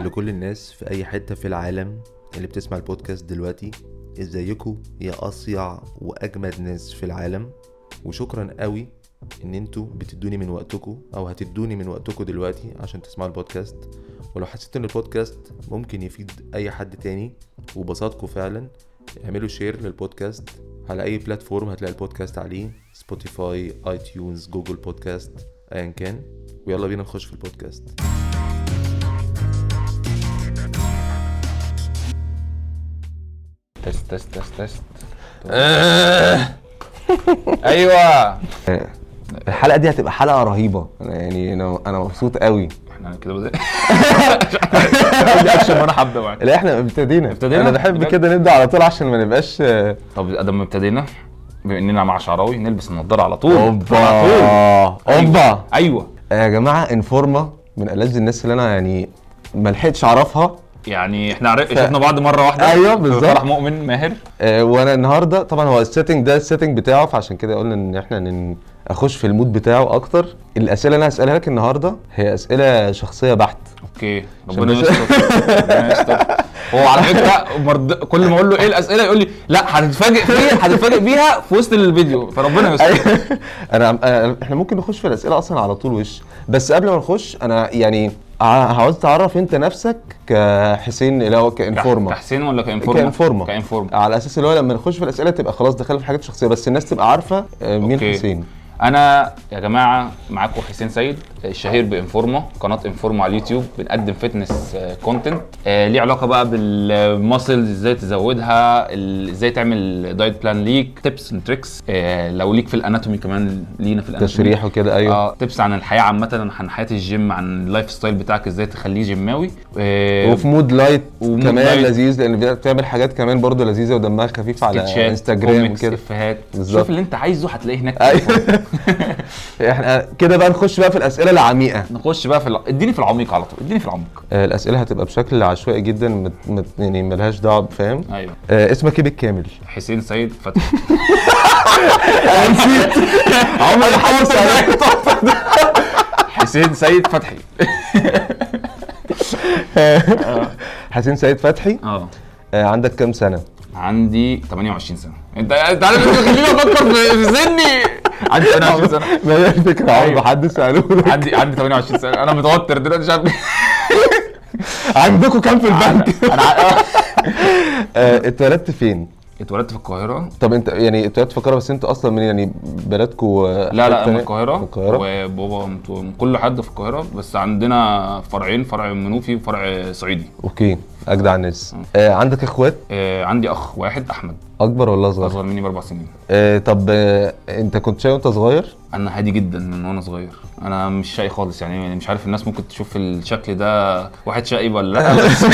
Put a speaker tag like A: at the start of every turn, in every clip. A: لكل الناس في اي حته في العالم اللي بتسمع البودكاست دلوقتي ازيكم يا اصيع واجمد ناس في العالم وشكرا قوي ان انتوا بتدوني من وقتكم او هتدوني من وقتكم دلوقتي عشان تسمعوا البودكاست ولو حسيت ان البودكاست ممكن يفيد اي حد تاني وبساطكم فعلا اعملوا شير للبودكاست على اي بلاتفورم هتلاقي البودكاست عليه سبوتيفاي اي تيونز جوجل بودكاست ايا كان ويلا بينا نخش في البودكاست
B: تست تست تست تست آه. ايوه
C: الحلقه دي هتبقى حلقه رهيبه انا يعني انا انا مبسوط قوي
B: احنا كده بدأ اكشن وانا حبه يعني
C: لا احنا ابتدينا
B: ابتدينا؟
C: انا بحب
B: بجد؟
C: كده نبدا على طول عشان ما نبقاش آه،
B: طب ادم ابتدينا بما اننا مع شعراوي نلبس النضاره على طول على طول
C: اوبا اوبا
B: ايوه
C: آه، يا جماعه انفورما من ألذ الناس اللي انا يعني ما لحقتش اعرفها
B: يعني احنا عرف... شفنا بعض مره واحده
C: أيوة،
B: في
C: بالظبط.
B: فرح مؤمن ماهر
C: آه، وانا النهارده طبعا هو السيتنج ده السيتنج بتاعه فعشان كده قلنا ان احنا نن- اخش في المود بتاعه اكتر الاسئله اللي انا هسالها لك النهارده هي اسئله شخصيه بحت
B: اوكي ربنا يستر ربنا يستر هو على فكره مرض... كل ما اقول له ايه الاسئله يقول لي لا هتتفاجئ فيها هتتفاجئ بيها في وسط الفيديو فربنا يستر
C: أيوة. انا أنا- احنا ممكن نخش في الاسئله اصلا على طول وش بس قبل ما نخش انا يعني ع- عاوز تعرف انت نفسك كحسين اللي هو كانفورما
B: تحسين ولا كانفورما
C: كانفورما
B: كانفورما
C: على اساس اللي هو لما نخش في الاسئله تبقى خلاص دخلنا في حاجات شخصيه بس الناس تبقى عارفه آه، مين
B: أوكي.
C: حسين
B: انا يا جماعه معاكم حسين سيد الشهير بانفورما قناه انفورما على اليوتيوب بنقدم فتنس كونتنت آه، ليه علاقه بقى بالماسلز ازاي تزودها ال- ازاي تعمل دايت بلان ليك تيبس اند تريكس آه، لو ليك في الاناتومي كمان لينا في الاناتومي
C: تشريح وكده ايوه
B: اه تبس عن الحياه عامه عن حياه الجيم عن اللايف ستايل بتاعك ازاي تخليه جيماوي آه،
C: وفي مود لايت
B: ومود
C: كمان
B: لايت.
C: لذيذ لان بتعمل حاجات كمان برضو لذيذه ودمها خفيف على
B: سكتشات،
C: انستجرام
B: كوميكس،
C: وكده
B: افيهات
C: بالظبط.
B: شوف اللي انت عايزه هتلاقيه هناك
C: ايوه احنا كده بقى نخش بقى في الاسئله العميقه
B: نخش بقى في الع- اديني في العميق على طول اديني في العميق
C: آه، الاسئله هتبقى بشكل عشوائي جدا مت مت يعني ملهاش دعوه فاهم
B: ايوه
C: آه اسمك ايه بالكامل
B: حسين سيد فتحي
C: انا نسيت عمري ما حاسس عليك
B: حسين سيد فتحي
C: حسين سيد فتحي
B: اه
C: آه عندك كام سنه
B: عندي 28 سنه انت انت عارف انت خليني افكر في سني عندي 28 سنه
C: ما هي الفكره عمر
B: أيوة.
C: ما حد سالوه
B: عندي عندي 28 سنه انا متوتر دلوقتي مش عارف
C: عندكم كام في البنك
B: أنا- انا ع-
C: آه اتولدت فين
B: اتولدت في القاهره
C: طب انت يعني اتولدت في القاهره بس انت اصلا من يعني بلدكم
B: لا لا من القاهره
C: من القاهرة؟
B: وبابا مت- من كل حد في القاهره بس عندنا فرعين فرع منوفي وفرع صعيدي
C: اوكي اجدع الناس آه عندك اخوات
B: آه، عندي اخ واحد احمد
C: اكبر ولا اصغر
B: اصغر مني باربع سنين
C: آه طب آه انت كنت شاي وانت صغير
B: انا هادي جدا من وانا صغير انا مش شقي خالص يعني مش عارف الناس ممكن تشوف الشكل ده واحد شقي ولا لا بس,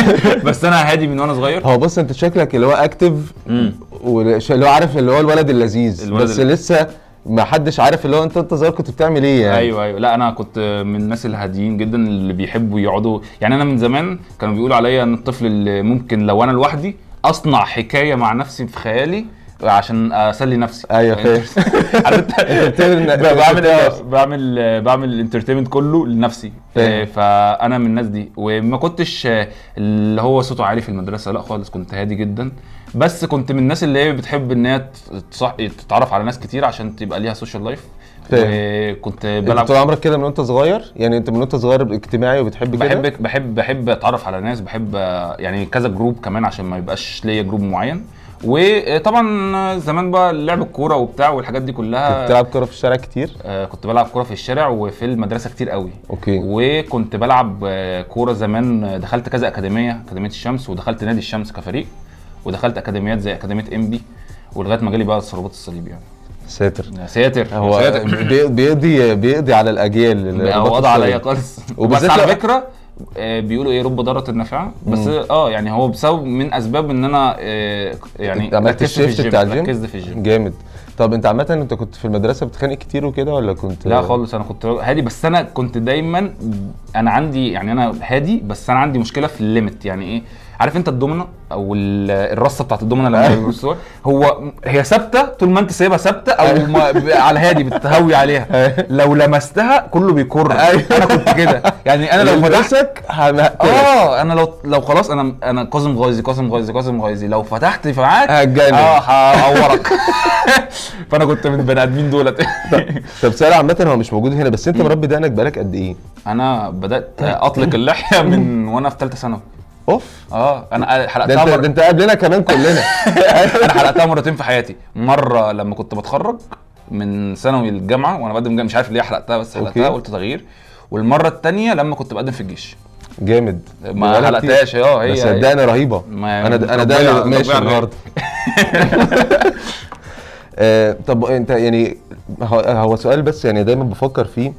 B: بس انا هادي من وانا صغير
C: هو بص انت شكلك اللي هو اكتف
B: امم
C: واللي هو عارف اللي هو الولد اللذيذ
B: الولد
C: بس
B: اللي-
C: لسه ما حدش عارف اللي هو انت انت صغير كنت بتعمل ايه يعني
B: ايوه ايوه لا انا كنت من الناس الهاديين جدا اللي بيحبوا يقعدوا يعني انا من زمان كانوا بيقولوا عليا ان الطفل اللي ممكن لو انا لوحدي اصنع حكايه مع نفسي في خيالي عشان اسلي نفسي
C: ايوه فاهم
B: عارف انت
C: بتعمل-
B: ب- بعمل أيوة،
C: بتعمل-
B: بعمل بعمل الانترتينمنت كله لنفسي
C: فاهم.
B: فانا من الناس دي وما كنتش اللي هو صوته عالي في المدرسه لا خالص كنت هادي جدا بس كنت من الناس اللي هي بتحب ان هي تصح- تتعرف على ناس كتير عشان تبقى ليها سوشيال لايف
C: فاهم.
B: كنت
C: انت
B: بلعب
C: طول عمرك كده من وانت صغير يعني انت من وانت صغير اجتماعي وبتحب كده
B: بحب بحب بحب اتعرف على ناس بحب آه، يعني كذا جروب كمان عشان ما يبقاش ليا جروب معين وطبعا زمان بقى لعب الكوره وبتاع والحاجات دي كلها
C: كنت بتلعب كوره في الشارع كتير
B: آه، كنت بلعب كوره في الشارع وفي المدرسه كتير قوي
C: اوكي
B: وكنت بلعب آه، كوره زمان آه، دخلت كذا اكاديميه اكاديميه الشمس ودخلت نادي الشمس كفريق ودخلت اكاديميات زي اكاديميه انبي ولغايه ما جالي بقى الصليبات الصليب يعني
C: ساتر
B: يا ساتر يا
C: هو
B: ساتر
C: بي- بيقضي بيقضي على الاجيال اللي
B: هو
C: ربطت
B: قضى
C: الصليب.
B: عليا خالص وبس
C: وبالذات
B: على
C: لو-
B: فكره آه، بيقولوا ايه رب ضاره النافعه بس اه يعني هو بسبب من اسباب ان انا آه، يعني
C: عملت
B: ركزت في
C: الشيفت بتاع الجيم
B: ركزت في الجيم
C: جامد طب انت عامه انت كنت في المدرسه بتخانق كتير وكده ولا كنت
B: لا خالص انا كنت هادي بس انا كنت دايما انا عندي يعني انا هادي بس انا عندي مشكله في الليمت يعني ايه عارف انت الدومنه او ال- الرصه بتاعت الدومنه لما
C: أيوه.
B: بيبصوا هو هي ثابته طول ما انت سايبها ثابته او
C: أيوه.
B: ما ب- على هادي بتهوي عليها لو لمستها كله بيكر
C: أيوه.
B: انا كنت كده يعني انا لو فتحت
C: مدرسك أيوة. هنقتلك
B: اه انا لو لو خلاص انا انا كاظم غايزي كاظم غايزي كاظم غايزي لو فتحت في معاك
C: هتجنن.
B: اه هعورك فانا كنت من البني ادمين دولت
C: طب سؤال عامة هو مش موجود هنا بس انت مربي دقنك بقالك قد ايه؟
B: انا بدات اطلق اللحيه من وانا في ثالثه ثانوي
C: اوف
B: اه انا
C: ده
B: حلقتها
C: انت ده
B: مر...
C: انت قبلنا كمان كلنا
B: انا حلقتها مرتين في حياتي مره لما كنت بتخرج من ثانوي الجامعه وانا بقدم جامعة، مش عارف ليه حلقتها بس حلقتها
C: أوكي.
B: قلت تغيير والمره الثانيه لما كنت بقدم في الجيش
C: جامد
B: ما
C: ولا
B: حلقتهاش اه
C: كتير.
B: هي
C: بس صدقني رهيبه
B: ما-
C: انا انا
B: ربنا-
C: ده ماشي
B: ربنا-
C: النهارده آه، طب انت يعني هو- هو سؤال بس يعني دايما بفكر فيه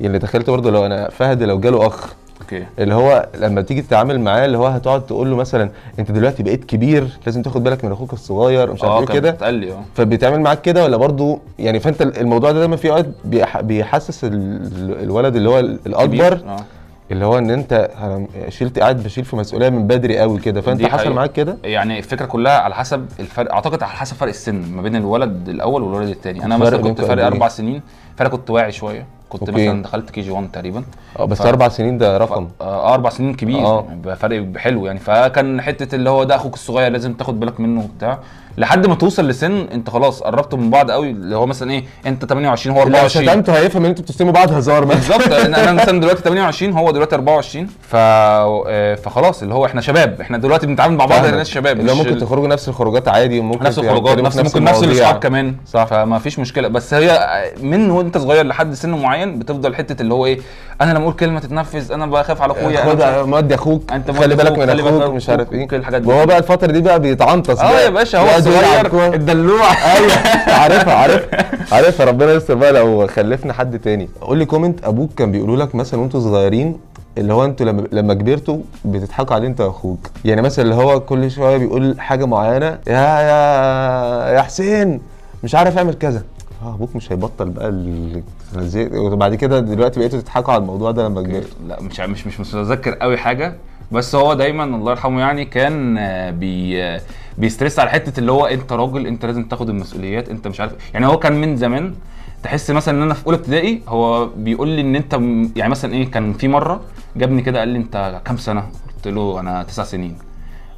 C: يعني تخيلت برضه لو انا فهد لو جاله اخ
B: اوكي
C: اللي هو لما تيجي تتعامل معاه اللي هو هتقعد تقول له مثلا انت دلوقتي بقيت كبير لازم تاخد بالك من اخوك الصغير مش
B: اه
C: عارف ايه
B: كده
C: كده
B: بتقال لي اه
C: فبيتعامل معاك كده ولا برضه يعني فانت الموضوع ده دايما في اوقات بيح- بيحسس ال- الولد اللي هو الاكبر
B: كبير. اه
C: اللي هو ان انت أنا شلت قاعد بشيل في مسؤوليه من بدري قوي كده فانت
B: دي
C: حصل
B: حقيقة.
C: معاك كده
B: يعني الفكره كلها على حسب الفرق اعتقد على حسب فرق السن ما بين الولد الاول والولد الثاني انا
C: فرق
B: مثلا كنت
C: بينكم
B: فرق
C: قد إيه؟
B: اربع سنين فانا كنت واعي شويه كنت
C: أوكي.
B: مثلا دخلت كي جي 1 تقريبا
C: اه بس
B: ف-
C: اربع سنين ده رقم
B: اه اربع سنين كبير
C: اه.
B: بقى فرق حلو يعني فكان حته اللي هو ده اخوك الصغير لازم تاخد بالك منه وبتاع لحد ما توصل لسن انت خلاص قربتوا من بعض قوي اللي هو مثلا ايه انت 28 هو
C: لو
B: 24
C: شتمته هيفهم ان انتوا بتشتموا بعض هزار مثلا
B: بالظبط انا أنا مثلا دلوقتي 28 هو دلوقتي 24 ف... آه، فخلاص اللي هو احنا شباب احنا دلوقتي بنتعامل مع بعض
C: فاهمك.
B: الناس شباب
C: اللي هو
B: مش
C: ممكن
B: ال-
C: تخرجوا نفس الخروجات عادي وممكن
B: نفس الخروجات
C: تتكلموا
B: نفس
C: في
B: ممكن نفس
C: المواضيع.
B: الاصحاب كمان صح فما فيش مشكله بس هي آه، من وانت صغير لحد سن معين بتفضل حته اللي هو ايه انا لما اقول كلمه تتنفذ انا بخاف على اخويا أنا مش عارف-
C: خد مودي
B: أنت
C: اخوك انت
B: مودي
C: خلي بالك
B: أخوك،
C: من
B: خلي بالك من
C: اخوك مش
B: أخوك
C: عارف ايه
B: وكل الحاجات دي.
C: وهو بقى الفتره دي بقى بيتعنطس
B: اه
C: بقى.
B: يا باشا هو
C: يقعد يلعب
B: صغير
C: كورة.
B: الدلوع
C: ايوه عارفها عارفها عارفها ربنا يستر بقى لو خلفنا حد تاني قول لي كومنت ابوك كان بيقولوا لك مثلا وانتوا صغيرين اللي هو انتوا لما لما كبرتوا بتضحكوا عليه انت واخوك يعني مثلا اللي هو كل شويه بيقول حاجه معينه يا يا يا حسين مش عارف اعمل كذا اه ابوك مش هيبطل بقى الزي... وبعد كده دلوقتي بقيتوا تضحكوا على الموضوع ده لما كبرتوا
B: لا مش ع- مش مش متذكر قوي حاجه بس هو دايما الله يرحمه يعني كان آه، بي آه، بيسترس على حته اللي هو انت راجل انت لازم تاخد المسؤوليات انت مش عارف يعني هو كان من زمان تحس مثلا ان انا في اولى ابتدائي هو بيقول لي ان انت م- يعني مثلا ايه كان في مره جابني كده قال لي انت كام سنه؟ قلت له انا تسع سنين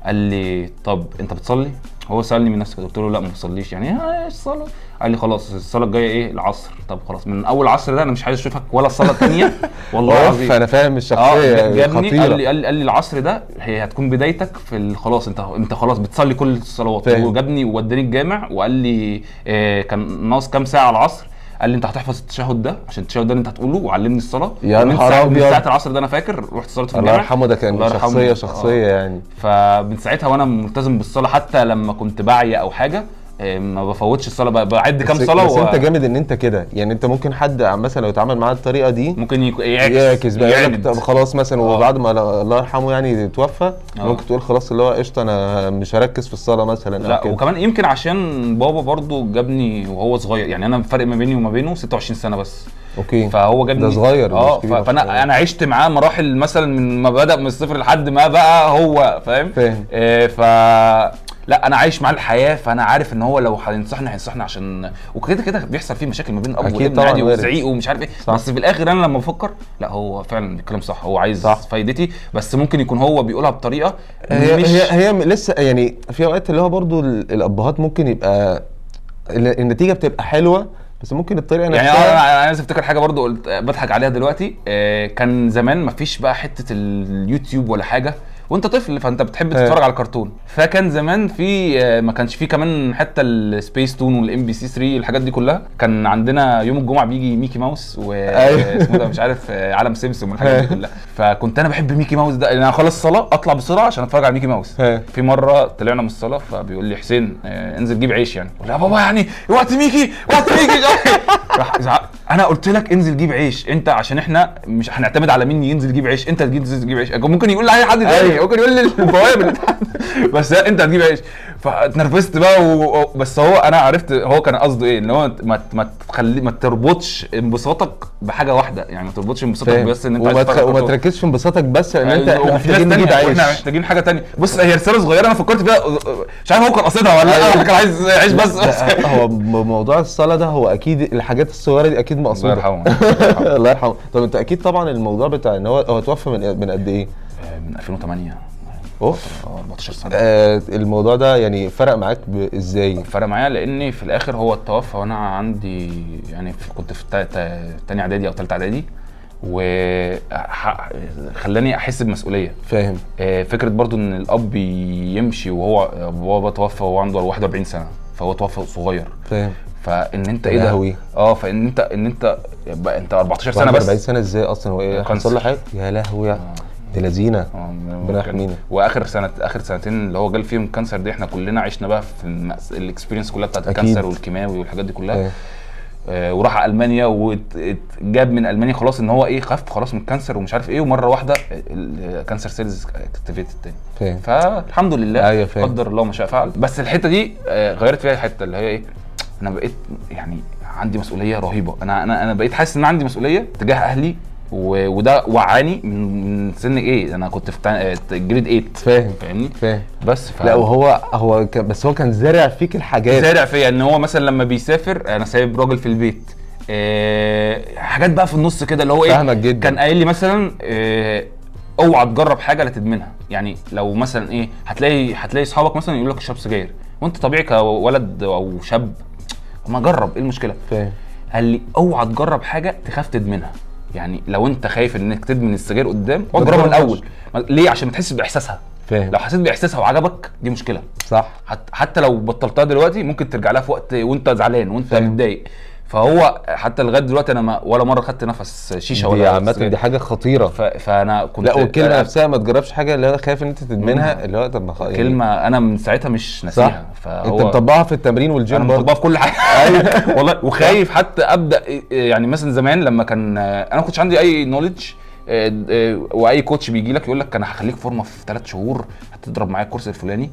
B: قال لي طب انت بتصلي؟ هو سالني من نفسك قلت له لا ما بصليش يعني ايه الصلاه؟ قال لي خلاص الصلاه الجايه ايه العصر طب خلاص من اول العصر ده انا مش عايز اشوفك ولا صلاه ثانيه والله
C: اوف
B: العظيم
C: انا فاهم
B: اه
C: الشخصيه
B: جابني قال لي
C: خطيره
B: قال لي, قال لي العصر ده هي هتكون بدايتك في ال- خلاص انت انت خلاص بتصلي كل الصلوات
C: فاهم.
B: وجابني ووداني الجامع وقال لي آه كان ناقص كام ساعه على العصر قال لي انت هتحفظ التشهد ده عشان التشهد ده اللي انت هتقوله وعلمني الصلاه
C: يا
B: ومن
C: نهار
B: ساعة- من
C: أبيض.
B: ساعه العصر ده انا فاكر رحت صليت في
C: الله
B: الجامع
C: يرحمه ده
B: الله
C: كان
B: يرحمه.
C: شخصيه
B: آه.
C: شخصيه يعني
B: فمن ساعتها وانا ملتزم بالصلاه حتى لما كنت بعي او حاجه آه، ما بفوتش الصلاه ب- بعد كام
C: بس-
B: صلاه
C: بس
B: و-
C: انت جامد ان انت كده يعني انت ممكن حد مثلا لو اتعامل معاه الطريقه دي
B: ممكن يك- يعكس
C: يعكس بقى يقول لك
B: يعند.
C: طب خلاص مثلا وبعد ما لا- الله يرحمه يعني توفى
B: اه.
C: ممكن تقول خلاص اللي هو قشطه انا مش هركز في الصلاه مثلا أو
B: لا
C: كده.
B: وكمان يمكن عشان بابا برضو جابني وهو صغير يعني انا الفرق ما بيني وما بينه 26 سنه بس
C: اوكي
B: فهو جابني
C: إيه؟ ده صغير
B: اه
C: مش كبير
B: ف- فانا
C: عشان-
B: انا عشت معاه مراحل مثلا من ما بدا من الصفر لحد ما بقى هو فاهم
C: فاهم.
B: آه ف لا انا عايش معاه الحياه فانا عارف ان هو لو هينصحني هينصحني عشان وكده كده بيحصل فيه مشاكل ما بين اب
C: أكيد
B: وابن
C: طبعاً
B: عادي
C: وارد.
B: وزعيق ومش عارف ايه
C: صح.
B: بس في الاخر انا لما بفكر لا هو فعلا بيتكلم صح هو عايز
C: صح.
B: فايدتي بس ممكن يكون هو بيقولها بطريقه
C: هي
B: مش
C: هي هي م- لسه يعني في اوقات اللي هو برضو ال- الابهات ممكن يبقى ال- النتيجه بتبقى حلوه بس ممكن الطريقه
B: يعني
C: نفسها
B: انا انا عايز افتكر حاجه برضو قلت بضحك عليها دلوقتي آه، كان زمان مفيش بقى حته اليوتيوب ولا حاجه وانت طفل فانت بتحب
C: ايه.
B: تتفرج على الكرتون فكان زمان في آه، ما كانش في كمان حتى السبيس تون والام بي سي 3 الحاجات دي كلها كان عندنا يوم الجمعه بيجي ميكي ماوس
C: ايوه.
B: واسمه ده مش عارف آه، عالم سمسم والحاجات دي
C: ايه.
B: كلها فكنت انا بحب ميكي ماوس ده يعني انا اخلص صلاه اطلع بسرعه عشان اتفرج على ميكي ماوس
C: ايه.
B: في مره طلعنا من الصلاه فبيقول لي حسين آه، انزل جيب عيش يعني قلت له يا بابا يعني وقت ميكي وقت ميكي راح زعق انا قلت لك انزل جيب عيش انت عشان احنا مش هنعتمد على مين ينزل يجيب عيش انت تجي- تنزل تجيب عيش ممكن يقول لاي حد تاني
C: أيوة.
B: ممكن يقول للبواب اللي تحت. بس لا، انت هتجيب عيش فاتنرفزت بقى و... و- بس هو انا عرفت هو كان قصده ايه ان هو ما ت- ما تخلي ما تربطش انبساطك بحاجه واحده يعني ما تربطش انبساطك
C: فاهم؟
B: بس ان انت
C: وما,
B: عايز
C: تخ...
B: تتفرج
C: وما
B: على
C: تركزش في انبساطك بس لان انت
B: وفي
C: احنا
B: يعني ناس
C: محتاجين
B: تانية،
C: نجيب عيش
B: واحنا محتاجين حاجه تانية بص هي رساله صغيره انا فكرت فيها مش عارف هو كان قاصدها ولا لا هو كان عايز عيش بس
C: لا، هو م- موضوع الصلاه ده هو اكيد الحاجات الصغيره دي اكيد
B: الله
C: مقصوده
B: يرحمه
C: الله يرحمه طب انت اكيد طبعا الموضوع بتاع ان هو هو توفى من من قد ايه؟
B: آه، من 2008
C: اوف
B: آه، 14 سنه
C: آه الموضوع ده يعني فرق معاك ب- ازاي؟
B: فرق معايا لان في الاخر هو التوفى وانا عندي يعني في- كنت في تا- تا- تاني اعدادي او تالتة اعدادي وخلاني احس بمسؤوليه
C: فاهم
B: آه، فكره برضو ان الاب يمشي وهو آه، بابا توفى وهو عنده 41 سنه فهو توفى صغير
C: فاهم
B: فان انت
C: يا
B: ايه ده
C: لهوي.
B: اه فان انت ان انت بقى انت 14 سنه
C: 40
B: بس
C: سنه ازاي اصلا هو ايه
B: كانسر.
C: حصل له حاجه؟ يا لهوي يا دي لذينه
B: آه،
C: آه. ربنا
B: كان-
C: يحمينا.
B: واخر سنه اخر سنتين اللي هو جال فيهم كانسر دي احنا كلنا عشنا بقى في المأس- الاكسبيرينس كلها بتاعت
C: أكيد.
B: الكانسر والكيماوي والحاجات دي كلها
C: ايه.
B: آه، وراح المانيا وجاب من المانيا خلاص ان هو ايه خف خلاص من الكانسر ومش عارف ايه ومره واحده الكانسر سيلز اكتيفيتد تاني
C: فاهم
B: فالحمد لله
C: أيوة فاهم.
B: قدر الله ما شاء فعل بس الحته دي آه، غيرت فيها الحته اللي هي ايه انا بقيت يعني عندي مسؤوليه رهيبه انا انا انا بقيت حاسس ان عندي مسؤوليه تجاه اهلي و... وده وعاني من من سن ايه انا كنت في تا- آه، جريد 8
C: فاهم.
B: فاهمني
C: فاهم
B: بس ف...
C: لا وهو هو كان بس هو كان زارع فيك الحاجات
B: زارع فيا ان هو مثلا لما بيسافر انا سايب راجل في البيت آه، حاجات بقى في النص كده اللي هو ايه
C: فاهمك جدا.
B: كان قايل لي مثلا آه، اوعى تجرب حاجه لا تدمنها يعني لو مثلا ايه هتلاقي هتلاقي اصحابك مثلا يقول لك اشرب سجاير وانت طبيعي كولد او شاب ما جرب ايه المشكله
C: فاهم
B: قال لي اوعى تجرب حاجه تخاف تدمنها يعني لو انت خايف انك تدمن السجاير قدام اوعى تجربها من
C: تجربهاش.
B: الاول ما- ليه عشان ما تحسش باحساسها
C: فاهم
B: لو حسيت باحساسها وعجبك دي مشكله
C: صح
B: حت حتى لو بطلتها دلوقتي ممكن ترجع لها في وقت وانت زعلان وانت
C: فاهم.
B: متضايق فهو حتى لغايه دلوقتي انا ما ولا مره خدت نفس شيشه
C: دي
B: ولا
C: عامه
B: سجاير.
C: دي حاجه خطيره
B: ف... فانا كنت
C: لا والكلمه
B: أنا-
C: نفسها ما تجربش حاجه اللي هو خايف ان انت تدمنها اللي هو طب ما خ- يعني
B: كلمه انا من ساعتها مش
C: صح
B: ناسيها فهو
C: انت مطبقها في التمرين
B: انا
C: والجيم برضه
B: مطبقها في كل حاجه ايوه والله وخايف حتى ابدا إيه- يعني مثلا زمان لما كان انا ما كنتش عندي آه، اي نوليدج واي كوتش بيجي لك يقول لك انا هخليك فورمه في ثلاث شهور هتضرب معايا الكورس الفلاني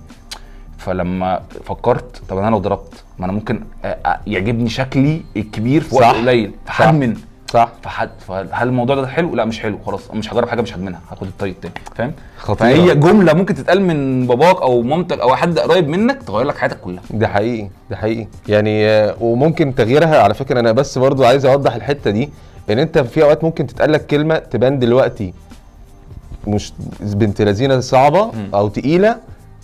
B: فلما فكرت طب انا لو ضربت ما انا ممكن آه، آه، يعجبني شكلي الكبير في وقت
C: صح.
B: قليل فهدمن
C: صح
B: فحد فهل الموضوع ده حلو؟ لا مش حلو خلاص مش هجرب حاجه مش هدمنها هاخد الطريق التاني فاهم؟
C: خطيره
B: فهي جمله ممكن تتقال من باباك او مامتك او حد قريب منك تغير لك حياتك كلها
C: ده حقيقي ده حقيقي يعني آه، وممكن تغييرها على فكره انا بس برضو عايز اوضح الحته دي ان انت في اوقات ممكن تتقال لك كلمه تبان دلوقتي مش بنت لذينه صعبه او تقيله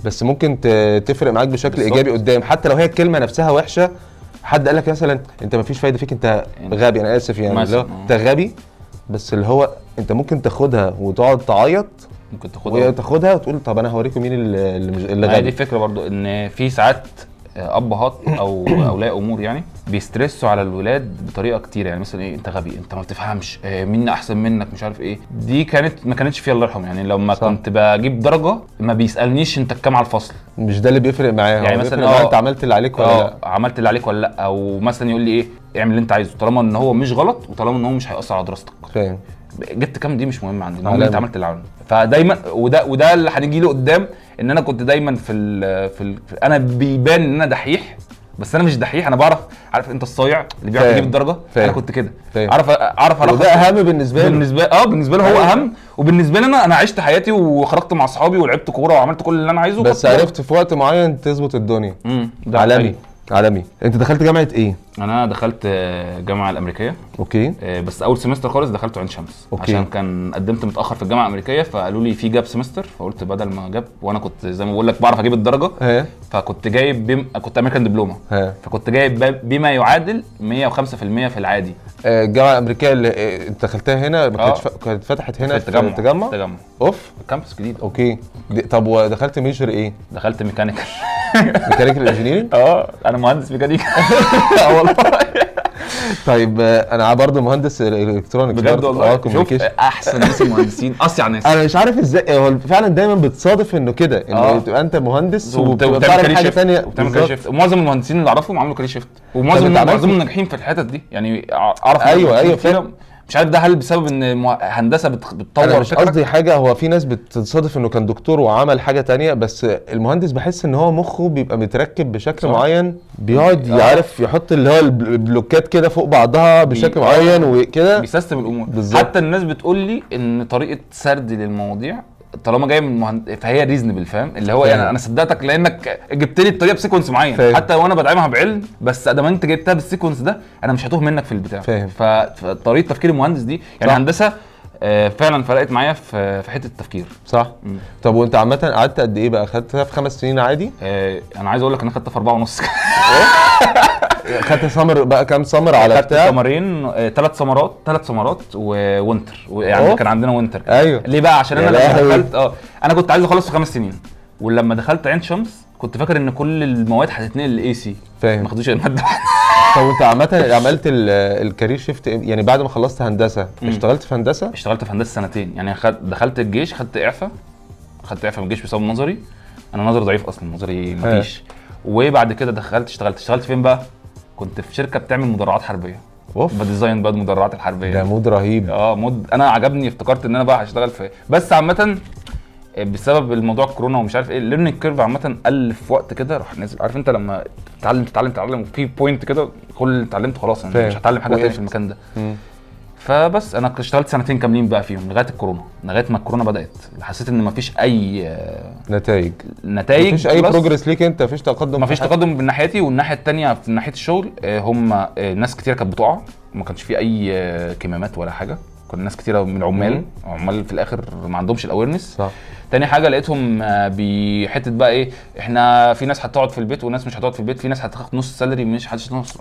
C: بس ممكن ت- تفرق معاك بشكل
B: بالظبط.
C: ايجابي قدام حتى لو هي الكلمه نفسها وحشه حد قال لك مثلا انت مفيش فايده فيك انت
B: يعني-
C: غبي انا اسف يعني اللي
B: مثلا،
C: هو
B: آه.
C: انت غبي بس اللي هو انت ممكن تاخدها وتقعد تعيط
B: ممكن تاخدها
C: وتاخدها وتقول طب انا هوريكم مين اللي اللي مش- اللي
B: ما هي دي
C: غبي
B: الفكره برضو ان في ساعات ابهات او اولياء امور يعني بيسترسوا على الولاد بطريقه كتيره يعني مثلا ايه انت غبي انت ما بتفهمش آه، مين احسن منك مش عارف ايه دي كانت ما كانتش فيها الله يرحمه يعني لما
C: صح.
B: كنت بجيب درجه ما بيسالنيش انت كام على الفصل
C: مش ده اللي بيفرق معاه
B: يعني
C: هو آه.
B: مثلا
C: بيفرق معاه
B: اه
C: انت عملت اللي عليك ولا
B: اه
C: لا
B: عملت اللي عليك ولا لا او مثلا يقول لي ايه اعمل اللي انت عايزه طالما ان هو مش غلط وطالما ان هو مش هيأثر على دراستك
C: فاهم
B: جبت كام دي مش مهم عندي المهم
C: علامة.
B: انت عملت اللي عملته فدايما وده وده اللي هنيجي له قدام ان انا كنت دايما في ال في, ال في انا بيبان ان انا دحيح بس انا مش دحيح انا بعرف عارف انت الصايع اللي بيعرف
C: فاهم.
B: يجيب الدرجه انا
C: فاهم.
B: كنت كده
C: فاهم.
B: اعرف اعرف الخص
C: وده اهم بالنسبه له
B: بالنسبه اه بالنسبه له هو
C: أيوة.
B: اهم وبالنسبه لي انا انا عشت حياتي وخرجت مع اصحابي ولعبت كوره وعملت كل اللي انا عايزه
C: بس
B: وخدت- يعني.
C: عرفت في وقت معين تظبط الدنيا
B: مم، ده
C: عالمي
B: حقيقي.
C: عالمي انت دخلت جامعه ايه
B: انا دخلت آه، جامعه الامريكيه
C: اوكي
B: آه، بس اول سمستر خالص دخلته عين شمس
C: أوكي.
B: عشان كان قدمت متاخر في الجامعه الامريكيه فقالوا لي في جاب سمستر فقلت بدل ما جاب وانا كنت زي ما بقول لك بعرف اجيب الدرجه
C: ها
B: فكنت جايب بم... كنت امريكان دبلوما
C: ها
B: فكنت جايب ب- بما يعادل 105% في العادي
C: آه، الجامعه الامريكيه اللي آه، انت دخلتها هنا ما
B: اه.
C: كانتش ف- كانت فتحت هنا في
B: التجمع
C: التجمع
B: التجمع
C: اوف
B: كامبس جديد
C: اوكي دي- طب ودخلت ميجر ايه
B: دخلت ميكانيكال
C: ميكانيكال انجينيرنج آه
B: اه انا مهندس ميكانيكا
C: والله طيب آه، انا برضه مهندس الكترونكس
B: بجد
C: برضه.
B: والله
C: اه
B: شوف آه،
C: communication.
B: احسن ناس المهندسين اصيع ناس
C: انا مش عارف ازاي هو فعلا دايما بتصادف انه كده
B: آه.
C: انه تبقى انت مهندس
B: وبت-
C: وبتبقى
B: وبتعمل
C: بتعرف
B: كارير
C: حاجه
B: شيفت.
C: ثانيه
B: وبتعمل كارير شيفت ومعظم المهندسين اللي اعرفهم عملوا كارير شيفت
C: طب
B: ومعظم
C: أنت عملت-
B: معظم الناجحين في الحتت دي يعني اعرف
C: أيوة،
B: ناس
C: أيوة،
B: كتيرة.
C: فاهم.
B: مش عارف ده هل بسبب ان مه- هندسه بتخ-
C: انا
B: بتطور
C: مش
B: فكرك؟
C: قصدي حاجه هو في ناس بتتصادف انه كان دكتور وعمل حاجه تانية بس المهندس بحس ان هو مخه بيبقى متركب بشكل
B: صح.
C: صح. معين بيقعد
B: آه.
C: يعرف يحط اللي هو البل- البلوكات كده فوق بعضها بشكل
B: بي- آه.
C: معين وكده
B: بيسيستم الامور
C: بالظبط.
B: حتى الناس بتقول لي ان طريقه سردي للمواضيع طالما جاي من مهند... فهي ريزنبل فاهم اللي هو
C: فاهم.
B: يعني انا صدقتك لانك جبت لي الطريقه بسيكونس معين
C: فاهم.
B: حتى وانا بدعمها بعلم بس ادام انت جبتها بالسيكونس ده انا مش هتوه منك في البتاع
C: فاهم.
B: ف... فطريقه تفكير المهندس دي يعني
C: صح.
B: هندسه آه، فعلا فرقت معايا في في حته التفكير
C: صح
B: مم.
C: طب وانت عامه قعدت قد ايه بقى خدتها في خمس سنين عادي
B: آه، انا عايز اقول لك انا خدت في اربعه ونص
C: خدت سمر بقى كام سمر على
B: خدت
C: بتاع
B: سمرين ثلاث سمرات ثلاث سمرات وونتر يعني
C: أوه.
B: كان عندنا وينتر
C: أيوه.
B: ليه بقى عشان انا
C: يا
B: لما
C: لهوي.
B: دخلت اه انا كنت عايز اخلص في خمس سنين ولما دخلت عين شمس كنت فاكر ان كل المواد هتتنقل للاي سي
C: فاهم.
B: ما خدوش الماده واحدة.
C: طب وانت عامه عملت ال- الكارير شيفت إم- يعني بعد ما خلصت هندسه اشتغلت في هندسه
B: اشتغلت في هندسه سنتين يعني خد... دخلت الجيش خدت اعفاء خدت اعفاء من الجيش بسبب نظري انا نظري ضعيف اصلا نظري مفيش
C: إيه.
B: وبعد كده دخلت اشتغلت اشتغلت فين بقى كنت في شركه بتعمل مدرعات حربيه
C: اوف
B: بديزاين بقى المدرعات الحربيه
C: ده مود رهيب
B: اه مود انا عجبني افتكرت ان انا بقى هشتغل في بس عامه بسبب الموضوع الكورونا ومش عارف ايه الليرنينج كيرف عامه قل في وقت كده راح نازل عارف انت لما تتعلم تتعلم تتعلم وفي بوينت كده كل اللي اتعلمته خلاص انا
C: فاهم.
B: مش هتعلم حاجه تاني
C: وقفت.
B: في المكان ده
C: مم.
B: فبس انا اشتغلت سنتين كاملين بقى فيهم لغايه الكورونا لغايه ما الكورونا بدات حسيت ان مفيش اي آه،
C: نتائج
B: نتائج
C: مفيش اي
B: بلس
C: بروجرس ليك انت مفيش تقدم
B: مفيش
C: في حاجة.
B: تقدم من ناحيتي والناحيه الثانيه من ناحيه الشغل آه، هم آه، ناس كتير كانت بتقع ما كانش في اي آه، كمامات ولا حاجه كان ناس كتيره من العمال
C: مم.
B: عمال في الاخر ما عندهمش الاويرنس
C: صح
B: تاني حاجه لقيتهم آه، بحته بقى ايه احنا في ناس هتقعد في البيت وناس مش هتقعد في البيت في ناس هتاخد نص سالري مش هتاخد نص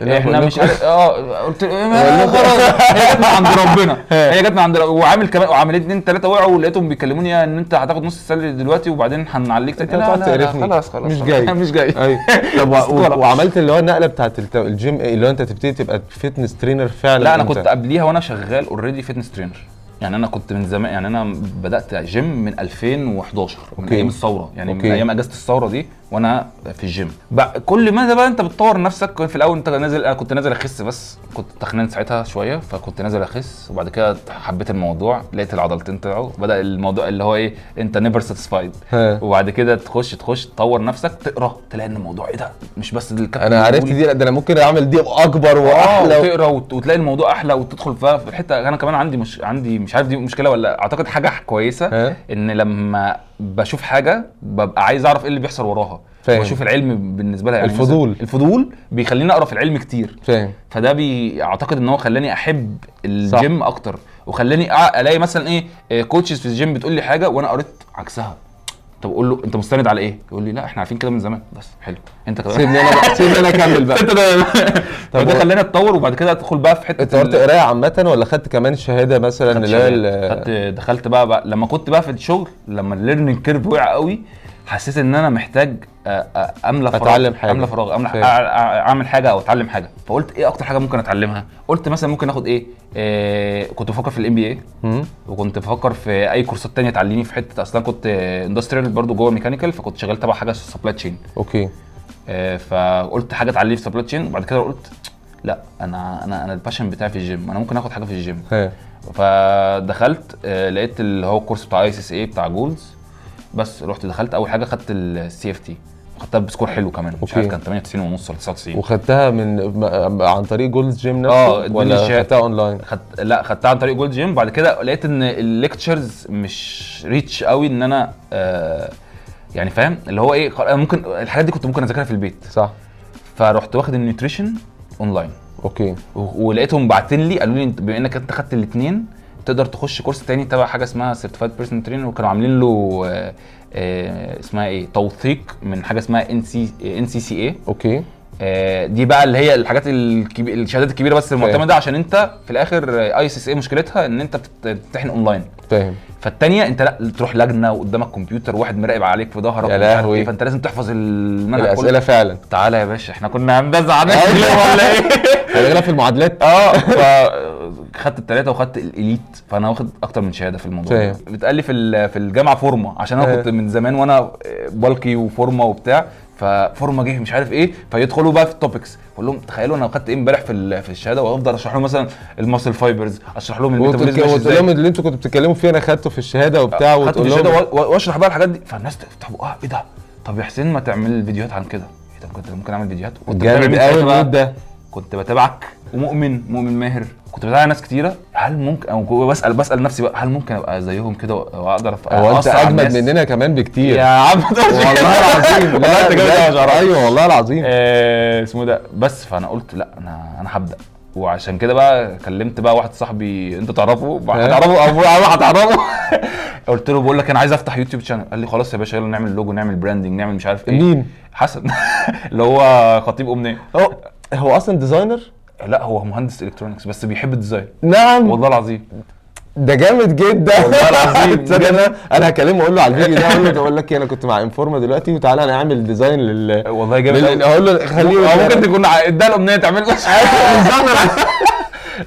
C: لا،
B: احنا
C: إيه بقول
B: مش
C: لكم.
B: عارف اه قلت له إيه، ما-
C: ولا-
B: خلاص هي جت من عند ربنا
C: إيه.
B: هي جت من عند ربنا وعامل كمان وعامل اتنين تلاته وقعوا ولقيتهم بيكلموني يا ان انت هتاخد نص السالري دلوقتي وبعدين هنعليك تاني
C: انت هتقعد
B: لا، لا، لا،
C: تقرفني.
B: خلاص خلاص
C: مش
B: خلاص.
C: جاي.
B: مش جاي
C: ايوه طب و-
B: أسطورة.
C: و- وعملت اللي هو النقله بتاعت الت- الجيم اللي هو انت تبتدي تبقى فيتنس ترينر فعلا
B: لا انا
C: امتى؟
B: كنت قبليها وانا شغال اوريدي فيتنس ترينر يعني انا كنت من زمان يعني انا بدات جيم من 2011 من
C: أوكي.
B: ايام الثوره يعني من
C: أوكي.
B: ايام اجازه الثوره دي وانا في الجيم بقى كل مدى بقى انت بتطور نفسك في الاول انت نازل انا كنت نازل اخس بس كنت تخنان ساعتها شويه فكنت نازل اخس وبعد كده حبيت الموضوع لقيت العضلتين طلعوا بدا الموضوع اللي هو ايه انت نيفر ساتيسفايد
C: ها.
B: وبعد كده تخش تخش تطور نفسك تقرا تلاقي ان الموضوع ايه ده مش بس الكابتن
C: انا عرفت
B: بيقول.
C: دي لا، ده انا ممكن اعمل دي اكبر
B: اه
C: واحلى و-
B: وتقرا وت- وتلاقي الموضوع احلى وتدخل بقى في الحته انا كمان عندي مش عندي مش عارف دي مشكله ولا اعتقد حاجه كويسه
C: ها؟
B: ان لما بشوف حاجه ببقى عايز اعرف ايه اللي بيحصل وراها
C: فاهم.
B: بشوف العلم بالنسبه لها يعني
C: الفضول.
B: مثلاً الفضول بيخليني اقرا في العلم كتير
C: فاهم
B: فده بي اعتقد ان هو خلاني احب الجيم اكتر وخلاني أع- الاقي مثلا ايه آه، كوتشز في الجيم بتقول لي حاجه وانا قريت عكسها طب اقول له انت مستند على ايه؟ يقول لي لا احنا عارفين كده من زمان بس حلو انت كمان
C: سيبني انا بقى سيبني انا اكمل بقى
B: انت ده
C: طب
B: ده
C: هو-
B: خلاني اتطور وبعد كده ادخل بقى في حته
C: انت قلت
B: ال-
C: قرايه عامه ولا خدت كمان شهاده مثلا
B: خدت
C: اللي هي
B: شهادة.
C: ال-
B: خدت دخلت بقى, بقى لما كنت بقى في الشغل لما الليرنينج كيرف وقع قوي حسيت ان انا محتاج أ- أ- املى فراغ
C: أتعلم حاجة.
B: املى فراغ املى
C: فاهم.
B: أع- أع- اعمل حاجه او اتعلم حاجه فقلت ايه اكتر حاجه ممكن اتعلمها قلت مثلا ممكن اخد ايه آه كنت بفكر في الام بي اي
C: مم.
B: وكنت بفكر في اي كورسات تانية تعلمني في حته اصلا كنت اندستريال برضو جوه ميكانيكال فكنت شغال تبع حاجه سبلاي تشين
C: اوكي
B: آه، فقلت حاجه اتعلم في سبلاي تشين وبعد كده قلت لا انا انا انا الباشن بتاعي في الجيم انا ممكن اخد حاجه في الجيم
C: ها
B: فدخلت آه، لقيت اللي هو الكورس بتاع اي اس اس اي بتاع جولز بس رحت دخلت اول حاجه خدت السي اف تي خدتها بسكور حلو كمان مش
C: أوكي.
B: عارف كان 98 ونص ولا 99
C: وخدتها من م- عن طريق جولد جيم نفسه
B: اه، الدنيا
C: ولا
B: شا-
C: خدتها اونلاين
B: خدت لا خدتها عن طريق جولد جيم بعد كده لقيت ان الليكتشرز مش ريتش قوي ان انا آه يعني فاهم اللي هو ايه خ- انا ممكن الحاجات دي كنت ممكن اذاكرها في البيت
C: صح
B: فرحت واخد النيوتريشن اونلاين
C: اوكي
B: و- ولقيتهم باعتين لي قالوا لي انت بما انك انت خدت الاثنين تقدر تخش كورس تاني تبع حاجه اسمها سيرتيفايد بيرسون ترينر وكانوا عاملين له آه، آه، اسمها ايه توثيق من حاجه اسمها ان سي ان سي سي اي
C: اوكي
B: آه، دي بقى اللي هي الحاجات الكب... الشهادات الكبيره بس المعتمده عشان انت في الاخر اي سي اس اي مشكلتها ان انت بتت- بتمتحن اونلاين
C: فاهم
B: فالتانيه انت لا تروح لجنه وقدامك كمبيوتر واحد مراقب عليك في ظهرك
C: يا
B: ومش عارف
C: لهوي.
B: ايه، فانت لازم تحفظ المنهج كله.
C: الاسئله فعلا
B: تعالى يا باشا احنا كنا هندسه عندك
C: أيوة.
B: ولا ايه
C: هنغلب في المعادلات
B: اه ف- خدت التلاته وخدت الاليت فانا واخد اكتر من شهاده في الموضوع
C: فاهم. آه.
B: ده. بتقال لي في ال- في الجامعه فورمه عشان انا
C: فاهم.
B: كنت من زمان وانا بالكي وفورمه وبتاع ففورمه جه مش عارف ايه فيدخلوا بقى في التوبكس بقول لهم تخيلوا انا خدت ايه امبارح في ال- في الشهاده وافضل اشرح لهم مثلا الماسل فايبرز اشرح لهم الميتابوليزم ماشي
C: وتقول
B: ازاي
C: لهم اللي انتوا كنتوا بتتكلموا فيه انا خدته في الشهاده وبتاع
B: آه، خدت في
C: وتقول
B: الشهاده
C: لهم
B: وأ- واشرح بقى الحاجات دي فالناس تفتح بقها ايه ده طب يا حسين ما تعمل فيديوهات عن كده ايه ده بجد أنا ممكن اعمل إيه؟ فيديوهات كنت بتابع
C: جامد
B: مين ساعتها
C: قوي
B: بقى؟
C: المود ده
B: كنت بتابعك ومؤمن مؤمن ماهر كنت بتابع ناس كتيره هل ممكن او بسال بسال نفسي بقى هل ممكن ابقى زيهم كده واقدر أف-
C: هو انت
B: أأثر على
C: اجمد
B: الناس؟
C: مننا كمان بكتير
B: يا عم
C: والله العظيم
B: والله انت جامد
C: بجد.
B: أوي يا جرع.
C: ايوه والله العظيم
B: آه، اسمه ده بس فانا قلت لا انا انا هبدا وعشان كده بقى كلمت بقى واحد صاحبي انت تعرفه هتعرفه او أو هتعرفه قلت له بقول لك انا عايز افتح يوتيوب شانل قال لي خلاص يا باشا يلا نعمل لوجو نعمل براندنج نعمل مش عارف ايه
C: مين؟
B: حسن اللي هو خطيب امنيه
C: هو هو اصلا ديزاينر
B: لا هو مهندس الكترونكس بس بيحب الديزاين
C: نعم
B: والله العظيم
C: ده جامد جدا والله
B: العظيم.
C: انا انا هكلمه اقول له على الفيديو ده اقول له اقول لك إيه، انا كنت مع انفورما دلوقتي وتعالى انا هعمل ديزاين لل
B: والله جامد
C: لل-
B: أوي.
C: اقول له
B: او
C: خليه
B: ممكن تكون ع- اداها الامنيه تعمل أيوة،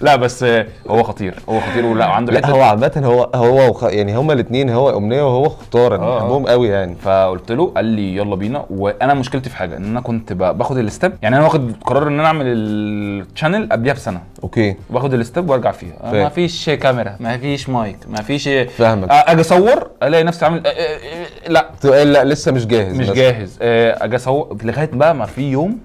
B: لا بس آه، هو خطير هو خطير ولا عنده
C: لا
B: حته
C: هو عامة هو هو وخ... يعني هما الاثنين هو امنية وهو خطار انا
B: آه.
C: بحبهم قوي يعني
B: فقلت له قال لي يلا بينا وانا مشكلتي في حاجه ان انا كنت ب- باخد الستيب يعني انا واخد قرار ان انا اعمل الشانل قبلها بسنه
C: اوكي
B: باخد الستيب وارجع فيها
C: فاهم.
B: ما فيش كاميرا ما فيش مايك ما فيش
C: فاهمك.
B: اجي اصور الاقي نفسي عامل آه، آه، آه، لا
C: تقول لا لسه مش جاهز
B: مش
C: بس.
B: جاهز آه، اجي اسوق لغايه بقى ما في يوم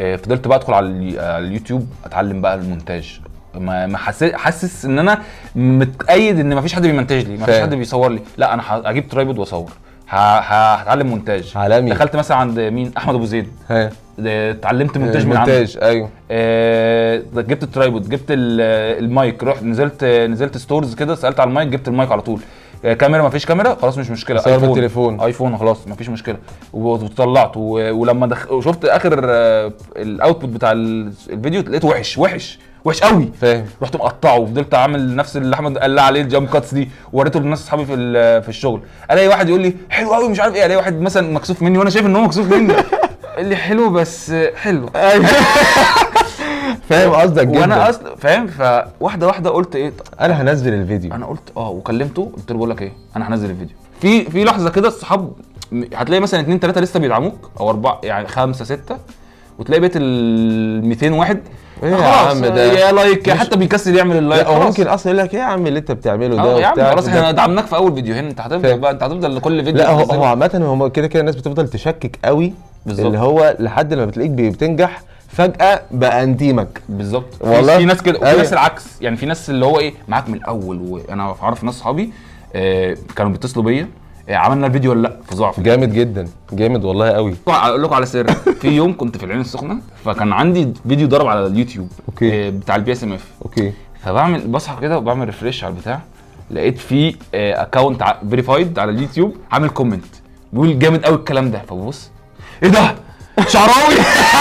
B: آه، فضلت بقى ادخل على ال- على اليوتيوب اتعلم بقى المونتاج ما ما حاسس حاسس ان انا متأيد ان ما فيش حد بيمنتج لي ما فيش
C: فاهم.
B: حد بيصور لي لا انا ه- هجيب ترايبود واصور ه- ه- هتعلم مونتاج
C: عالمي.
B: دخلت مثلا عند مين احمد ابو زيد
C: ها
B: ده اتعلمت مونتاج من عنده
C: مونتاج ايوه
B: آه، جبت الترايبود جبت ال- المايك رحت نزلت نزلت ستورز كده سالت على المايك جبت المايك على طول آه، كاميرا مفيش كاميرا خلاص مش مشكله
C: صور بالتليفون.
B: ايفون خلاص مفيش مشكله و- وطلعت و- ولما دخ... وشفت اخر آه، الاوتبوت بتاع ال- الفيديو لقيته وحش وحش وحش قوي
C: فاهم
B: رحت مقطعه وفضلت اعمل نفس اللي احمد قال لي عليه الجام كاتس دي وريته للناس اصحابي في ال- في الشغل الاقي واحد يقول لي حلو قوي مش عارف ايه الاقي واحد مثلا مكسوف مني وانا شايف ان هو مكسوف مني اللي حلو بس آه، حلو
C: فاهم قصدك جدا
B: وانا اصلا فاهم فواحده واحده قلت ايه طب
C: انا هنزل الفيديو
B: انا قلت اه وكلمته قلت له بقول لك ايه انا هنزل الفيديو في في لحظه كده الصحاب م- هتلاقي مثلا اتنين تلاته لسه بيدعموك او اربعه يعني خمسه سته وتلاقي بيت ال 200 واحد
C: إيه يا
B: خلاص،
C: عم ده؟
B: يا لايك يا
C: مش-
B: حتى بيكسل يعمل اللايك
C: لا هو
B: خلاص.
C: ممكن اصلا يقول لك ايه يا عم اللي انت بتعمله ده
B: اه يا عم
C: وبتاع
B: خلاص
C: ده.
B: احنا دعمناك في اول فيديوهين انت هتفضل
C: فاهم.
B: بقى انت هتفضل لكل فيديو
C: لا هو
B: تنزله.
C: هو عامة هم كده كده الناس بتفضل تشكك قوي
B: بالظبط.
C: اللي هو لحد لما بتلاقيك بتنجح فجأة بقى انتيمك
B: بالظبط في-
C: والله.
B: في ناس كده وفي
C: أيوة.
B: ناس العكس يعني في ناس اللي هو ايه معاك من الاول وانا اعرف ناس صحابي آه كانوا بيتصلوا بيا آه عملنا الفيديو ولا لا فظاع في
C: جامد جدا جامد والله قوي
B: اقول لكم على سر في يوم كنت في العين السخنه فكان عندي فيديو ضرب على اليوتيوب
C: أوكي.
B: آه، بتاع البي اس ام اف
C: اوكي
B: فبعمل بصحى كده وبعمل ريفريش على البتاع لقيت في آه، اكونت فيريفايد على اليوتيوب عامل كومنت بيقول جامد قوي الكلام ده فببص ايه ده شعراوي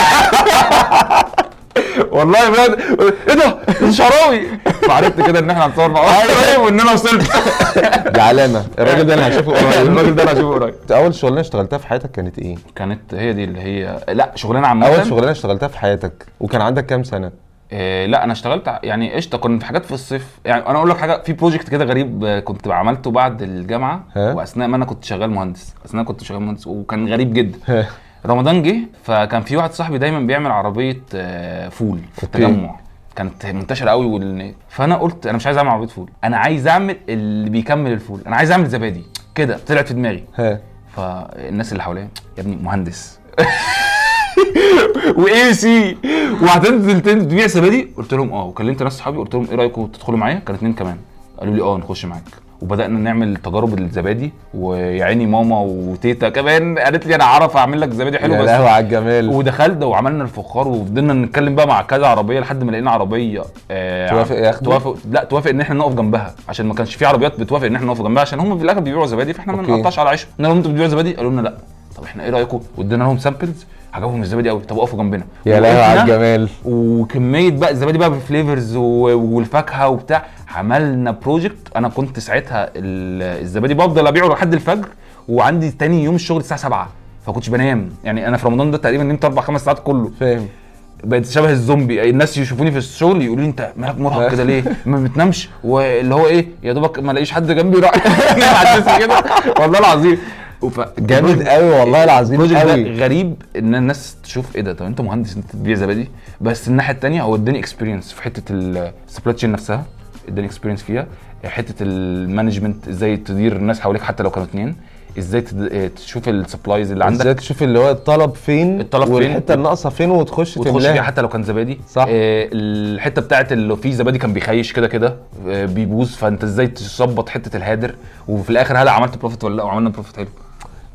B: والله بجد ايه ده شعراوي فعرفت كده ان احنا هنصور مع بعض وان انا وصلت
C: دي علامة الراجل ده انا هشوفه قريب
B: الراجل ده انا هشوفه قريب
C: أنت اول شغلانة اشتغلتها في حياتك كانت ايه؟
B: كانت هي دي اللي هي لا شغلانه عامه
C: اول شغلانة اشتغلتها في حياتك وكان عندك كام سنة؟
B: آه، لا انا اشتغلت ع- يعني قشطه كنا في حاجات في الصيف يعني انا اقول لك حاجه في بروجكت كده غريب آه، كنت عملته بعد الجامعه
C: ها؟
B: واثناء ما انا كنت شغال مهندس اثناء كنت شغال مهندس وكان غريب جدا
C: ها.
B: رمضان جه فكان في واحد صاحبي دايما بيعمل عربيه آه، فول في
C: أوكي.
B: التجمع كانت منتشره قوي وال... فانا قلت انا مش عايز اعمل عربيه فول انا عايز اعمل اللي بيكمل الفول انا عايز اعمل زبادي كده طلعت في دماغي
C: ها
B: فالناس اللي حواليا يا ابني مهندس واي سي وهتنزل تن- تبيع زبادي قلت لهم اه وكلمت ناس صحابي قلت لهم ايه رايكم تدخلوا معايا كان اتنين كمان قالوا لي اه نخش معاك وبدانا نعمل تجارب الزبادي ويا عيني ماما وتيتا كمان قالت لي انا عارف اعمل لك زبادي حلو
C: يا
B: بس
C: لهوي على الجمال
B: ودخلت وعملنا الفخار وفضلنا نتكلم بقى مع كذا عربيه لحد ما لقينا عربيه آه
C: توافق ياخدوا؟
B: توافق لا توافق ان احنا نقف جنبها عشان ما كانش في عربيات بتوافق ان احنا نقف جنبها عشان هم في الاخر بيبيعوا زبادي فاحنا ما
C: أوكي.
B: نقطعش على عيشهم قلنا إيه لهم انتوا بتبيعوا زبادي قالوا لنا لا طب احنا ايه رايكم وادينا لهم سامبلز عجبهم الزبادي قوي طب وقفوا جنبنا
C: يا لهوي على
B: وقفنا،
C: الجمال
B: وكميه بقى الزبادي بقى بالفليفرز و- والفاكهه وبتاع عملنا بروجكت انا كنت ساعتها ال- الزبادي بفضل ابيعه لحد الفجر وعندي تاني يوم الشغل الساعه 7 فكنتش بنام يعني انا في رمضان ده تقريبا نمت اربع خمس ساعات كله
C: فاهم
B: بقيت شبه الزومبي الناس يشوفوني في الشغل يقولوا لي انت مالك مرهق كده ليه ما بتنامش واللي هو ايه يا دوبك ما الاقيش حد جنبي راح على الديسك كده والله العظيم وف-
C: جامد قوي والله العظيم
B: البروجكت ده
C: قوي
B: غريب ان الناس تشوف ايه ده طب انت مهندس انت بتبيع زبادي بس الناحيه الثانيه هو اداني اكسبيرينس في حته السبلاي تشين نفسها اداني اكسبيرينس فيها حته المانجمنت ازاي تدير الناس حواليك حتى لو كانوا اتنين ازاي تد- آه، تشوف السبلايز اللي عندك
C: ازاي تشوف اللي هو الطلب فين
B: الطلب فين؟
C: والحته الناقصه فين وتخش
B: وتخش فيها
C: تملاها
B: حتى لو كان زبادي
C: صح.
B: آه الحته بتاعت اللي فيه زبادي كان بيخيش كده كده آه بيبوظ فانت ازاي تظبط حته الهادر وفي الاخر هل عملت بروفيت ولا لا وعملنا بروفيت حلو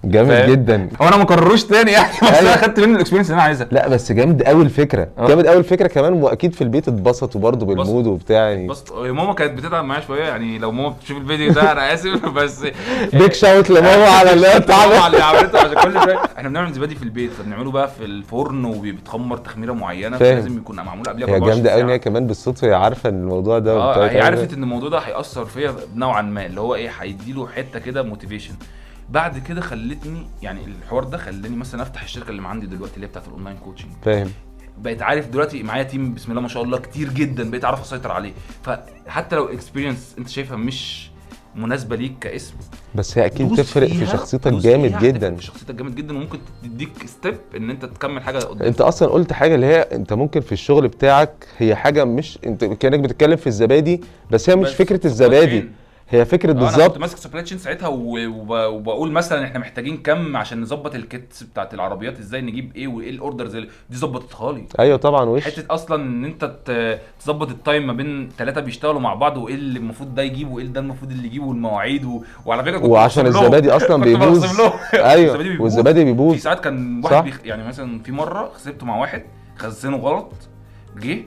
C: جامد
B: فاهم؟
C: جدا
B: هو انا ما كرروش تاني يعني بس انا
C: أيوة.
B: خدت منه الاكسبيرينس اللي انا عايزها
C: لا بس جامد قوي الفكره
B: آه.
C: جامد قوي الفكره كمان واكيد في البيت اتبسطوا برضه بالمود وبتاع يعني
B: بس ماما كانت بتتعب معايا شويه يعني لو ماما بتشوف الفيديو ده انا اسف بس
C: بيك
B: يعني
C: شاوت لماما على اللي هي
B: ماما
C: بتعمل
B: اللي عملته عشان كل شويه احنا بنعمل زبادي في البيت فبنعمله بقى في الفرن وبيتخمر تخميره معينه
C: فاهم.
B: فلازم يكون معمول قبلها
C: هي
B: 24
C: جامده قوي ان
B: ساعة.
C: هي كمان بالصدفه هي عارفه ان الموضوع ده وبتاع
B: اه يعني. هي
C: وتعمل-
B: عرفت ان الموضوع ده هيأثر فيا نوعا ما اللي هو ايه هيديله حته كده موتيفيشن بعد كده خلتني يعني الحوار ده خلاني مثلا افتح الشركه اللي عندي دلوقتي اللي هي بتاعت الاونلاين كوتشنج
C: فاهم
B: بقيت عارف دلوقتي معايا تيم بسم الله ما شاء الله كتير جدا بقيت اعرف اسيطر عليه فحتى لو الاكسبيرينس انت شايفها مش مناسبه ليك كاسم
C: بس هي اكيد
B: دوس
C: تفرق في
B: فيها-
C: شخصيتك
B: دوس
C: جامد
B: فيها هتفرق
C: جدا
B: في شخصيتك جامد جدا وممكن تديك ستيب ان انت تكمل حاجه قدام
C: انت اصلا قلت حاجه اللي هي انت ممكن في الشغل بتاعك هي حاجه مش انت كانك بتتكلم في الزبادي بس هي مش
B: بس
C: فكره
B: supply
C: الزبادي
B: chain.
C: هي فكره
B: آه، انا كنت
C: بالظبط
B: ماسك سبلاي تشين ساعتها و- وب- وبقول مثلا احنا محتاجين كم عشان نظبط الكيتس بتاعت العربيات ازاي نجيب ايه وايه الاوردرز اللي- دي ظبطتها لي
C: ايوه طبعا وش
B: حته اصلا ان انت ت- تظبط التايم ما بين ثلاثه بيشتغلوا مع بعض وايه اللي المفروض ده يجيب وايه اللي ده المفروض اللي يجيبه والمواعيد و... وعلى فكره كنت
C: وعشان
B: بقسم لهم-
C: الزبادي اصلا
B: كنت
C: بيبوظ
B: بقسم لهم.
C: ايوه
B: الزبادي بيبوظ.
C: والزبادي
B: في
C: بيبوظ
B: ساعات كان
C: صح.
B: واحد بيخ... يعني مثلا في مره خسرته مع واحد خزنه غلط جه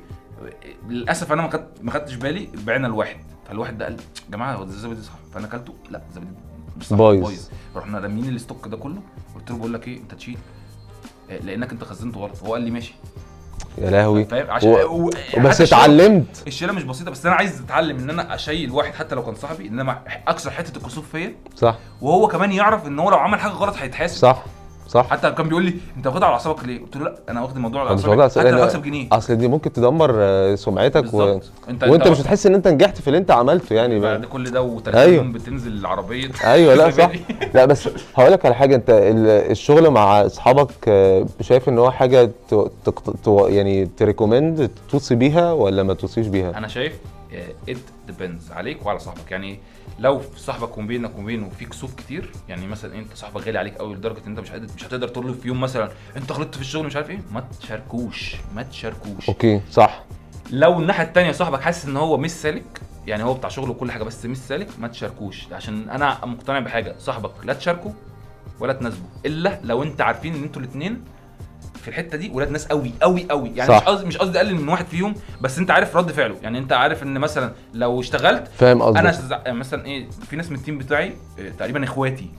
B: للاسف انا ما خد... ما خدتش بالي بعنا الواحد فالواحد ده قال يا جماعه هو ده الزبادي صح فانا اكلته لا الزبادي مش صح
C: بايظ.
B: بايظ رحنا رامين الاستوك ده كله قلت له بقول لك ايه انت تشيل آه، لانك انت خزنته غلط هو قال لي ماشي
C: يا لهوي
B: فاهم عشان
C: و-
B: و...
C: بس
B: يعني حتى الشغل-
C: اتعلمت
B: الشيله مش بسيطه بس انا عايز اتعلم ان انا اشيل واحد حتى لو كان صاحبي ان انا اكسر حته الكسوف فيا
C: صح
B: وهو كمان يعرف ان هو لو عمل حاجه غلط هيتحاسب
C: صح صح
B: حتى كان بيقول لي انت واخدها على اعصابك ليه؟ قلت له لا انا واخد الموضوع على
C: مش واخدها
B: اعصابي
C: على
B: حتى لو
C: أنا-
B: اكسب جنيه
C: اصل دي ممكن تدمر آه، سمعتك و...
B: بالظبط انت
C: وانت مش هتحس ان انت نجحت في اللي انت عملته يعني بقى.
B: بعد كل ده
C: أيوه.
B: وتلاتين بتنزل العربيه
C: ايوه لا صح
B: زبادي.
C: لا بس هقول لك على حاجه انت ال- الشغل مع اصحابك آه، شايف ان هو حاجه ت- تق- تو- يعني تريكومند توصي بيها ولا ما توصيش بيها
B: انا شايف ات ديبندز عليك وعلى صاحبك يعني لو صاحبك وبينك وبينه في كسوف كتير يعني مثلا انت صاحبك غالي عليك قوي لدرجه ان انت مش قادر مش هتقدر تقول له في يوم مثلا انت غلطت في الشغل مش عارف ايه ما تشاركوش ما تشاركوش
C: اوكي صح
B: لو الناحيه التانية صاحبك حاسس ان هو مش سالك يعني هو بتاع شغله وكل حاجه بس مش سالك ما تشاركوش عشان انا مقتنع بحاجه صاحبك لا تشاركه ولا تناسبه الا لو انت عارفين ان انتوا الاثنين في الحته دي ولاد ناس قوي قوي قوي يعني
C: صح.
B: مش قصدي مش قصدي اقلل من واحد فيهم بس انت عارف رد فعله يعني انت عارف ان مثلا لو اشتغلت
C: فاهم
B: انا
C: قصدك
B: شز- مثلا ايه في ناس من التيم بتاعي آه، تقريبا اخواتي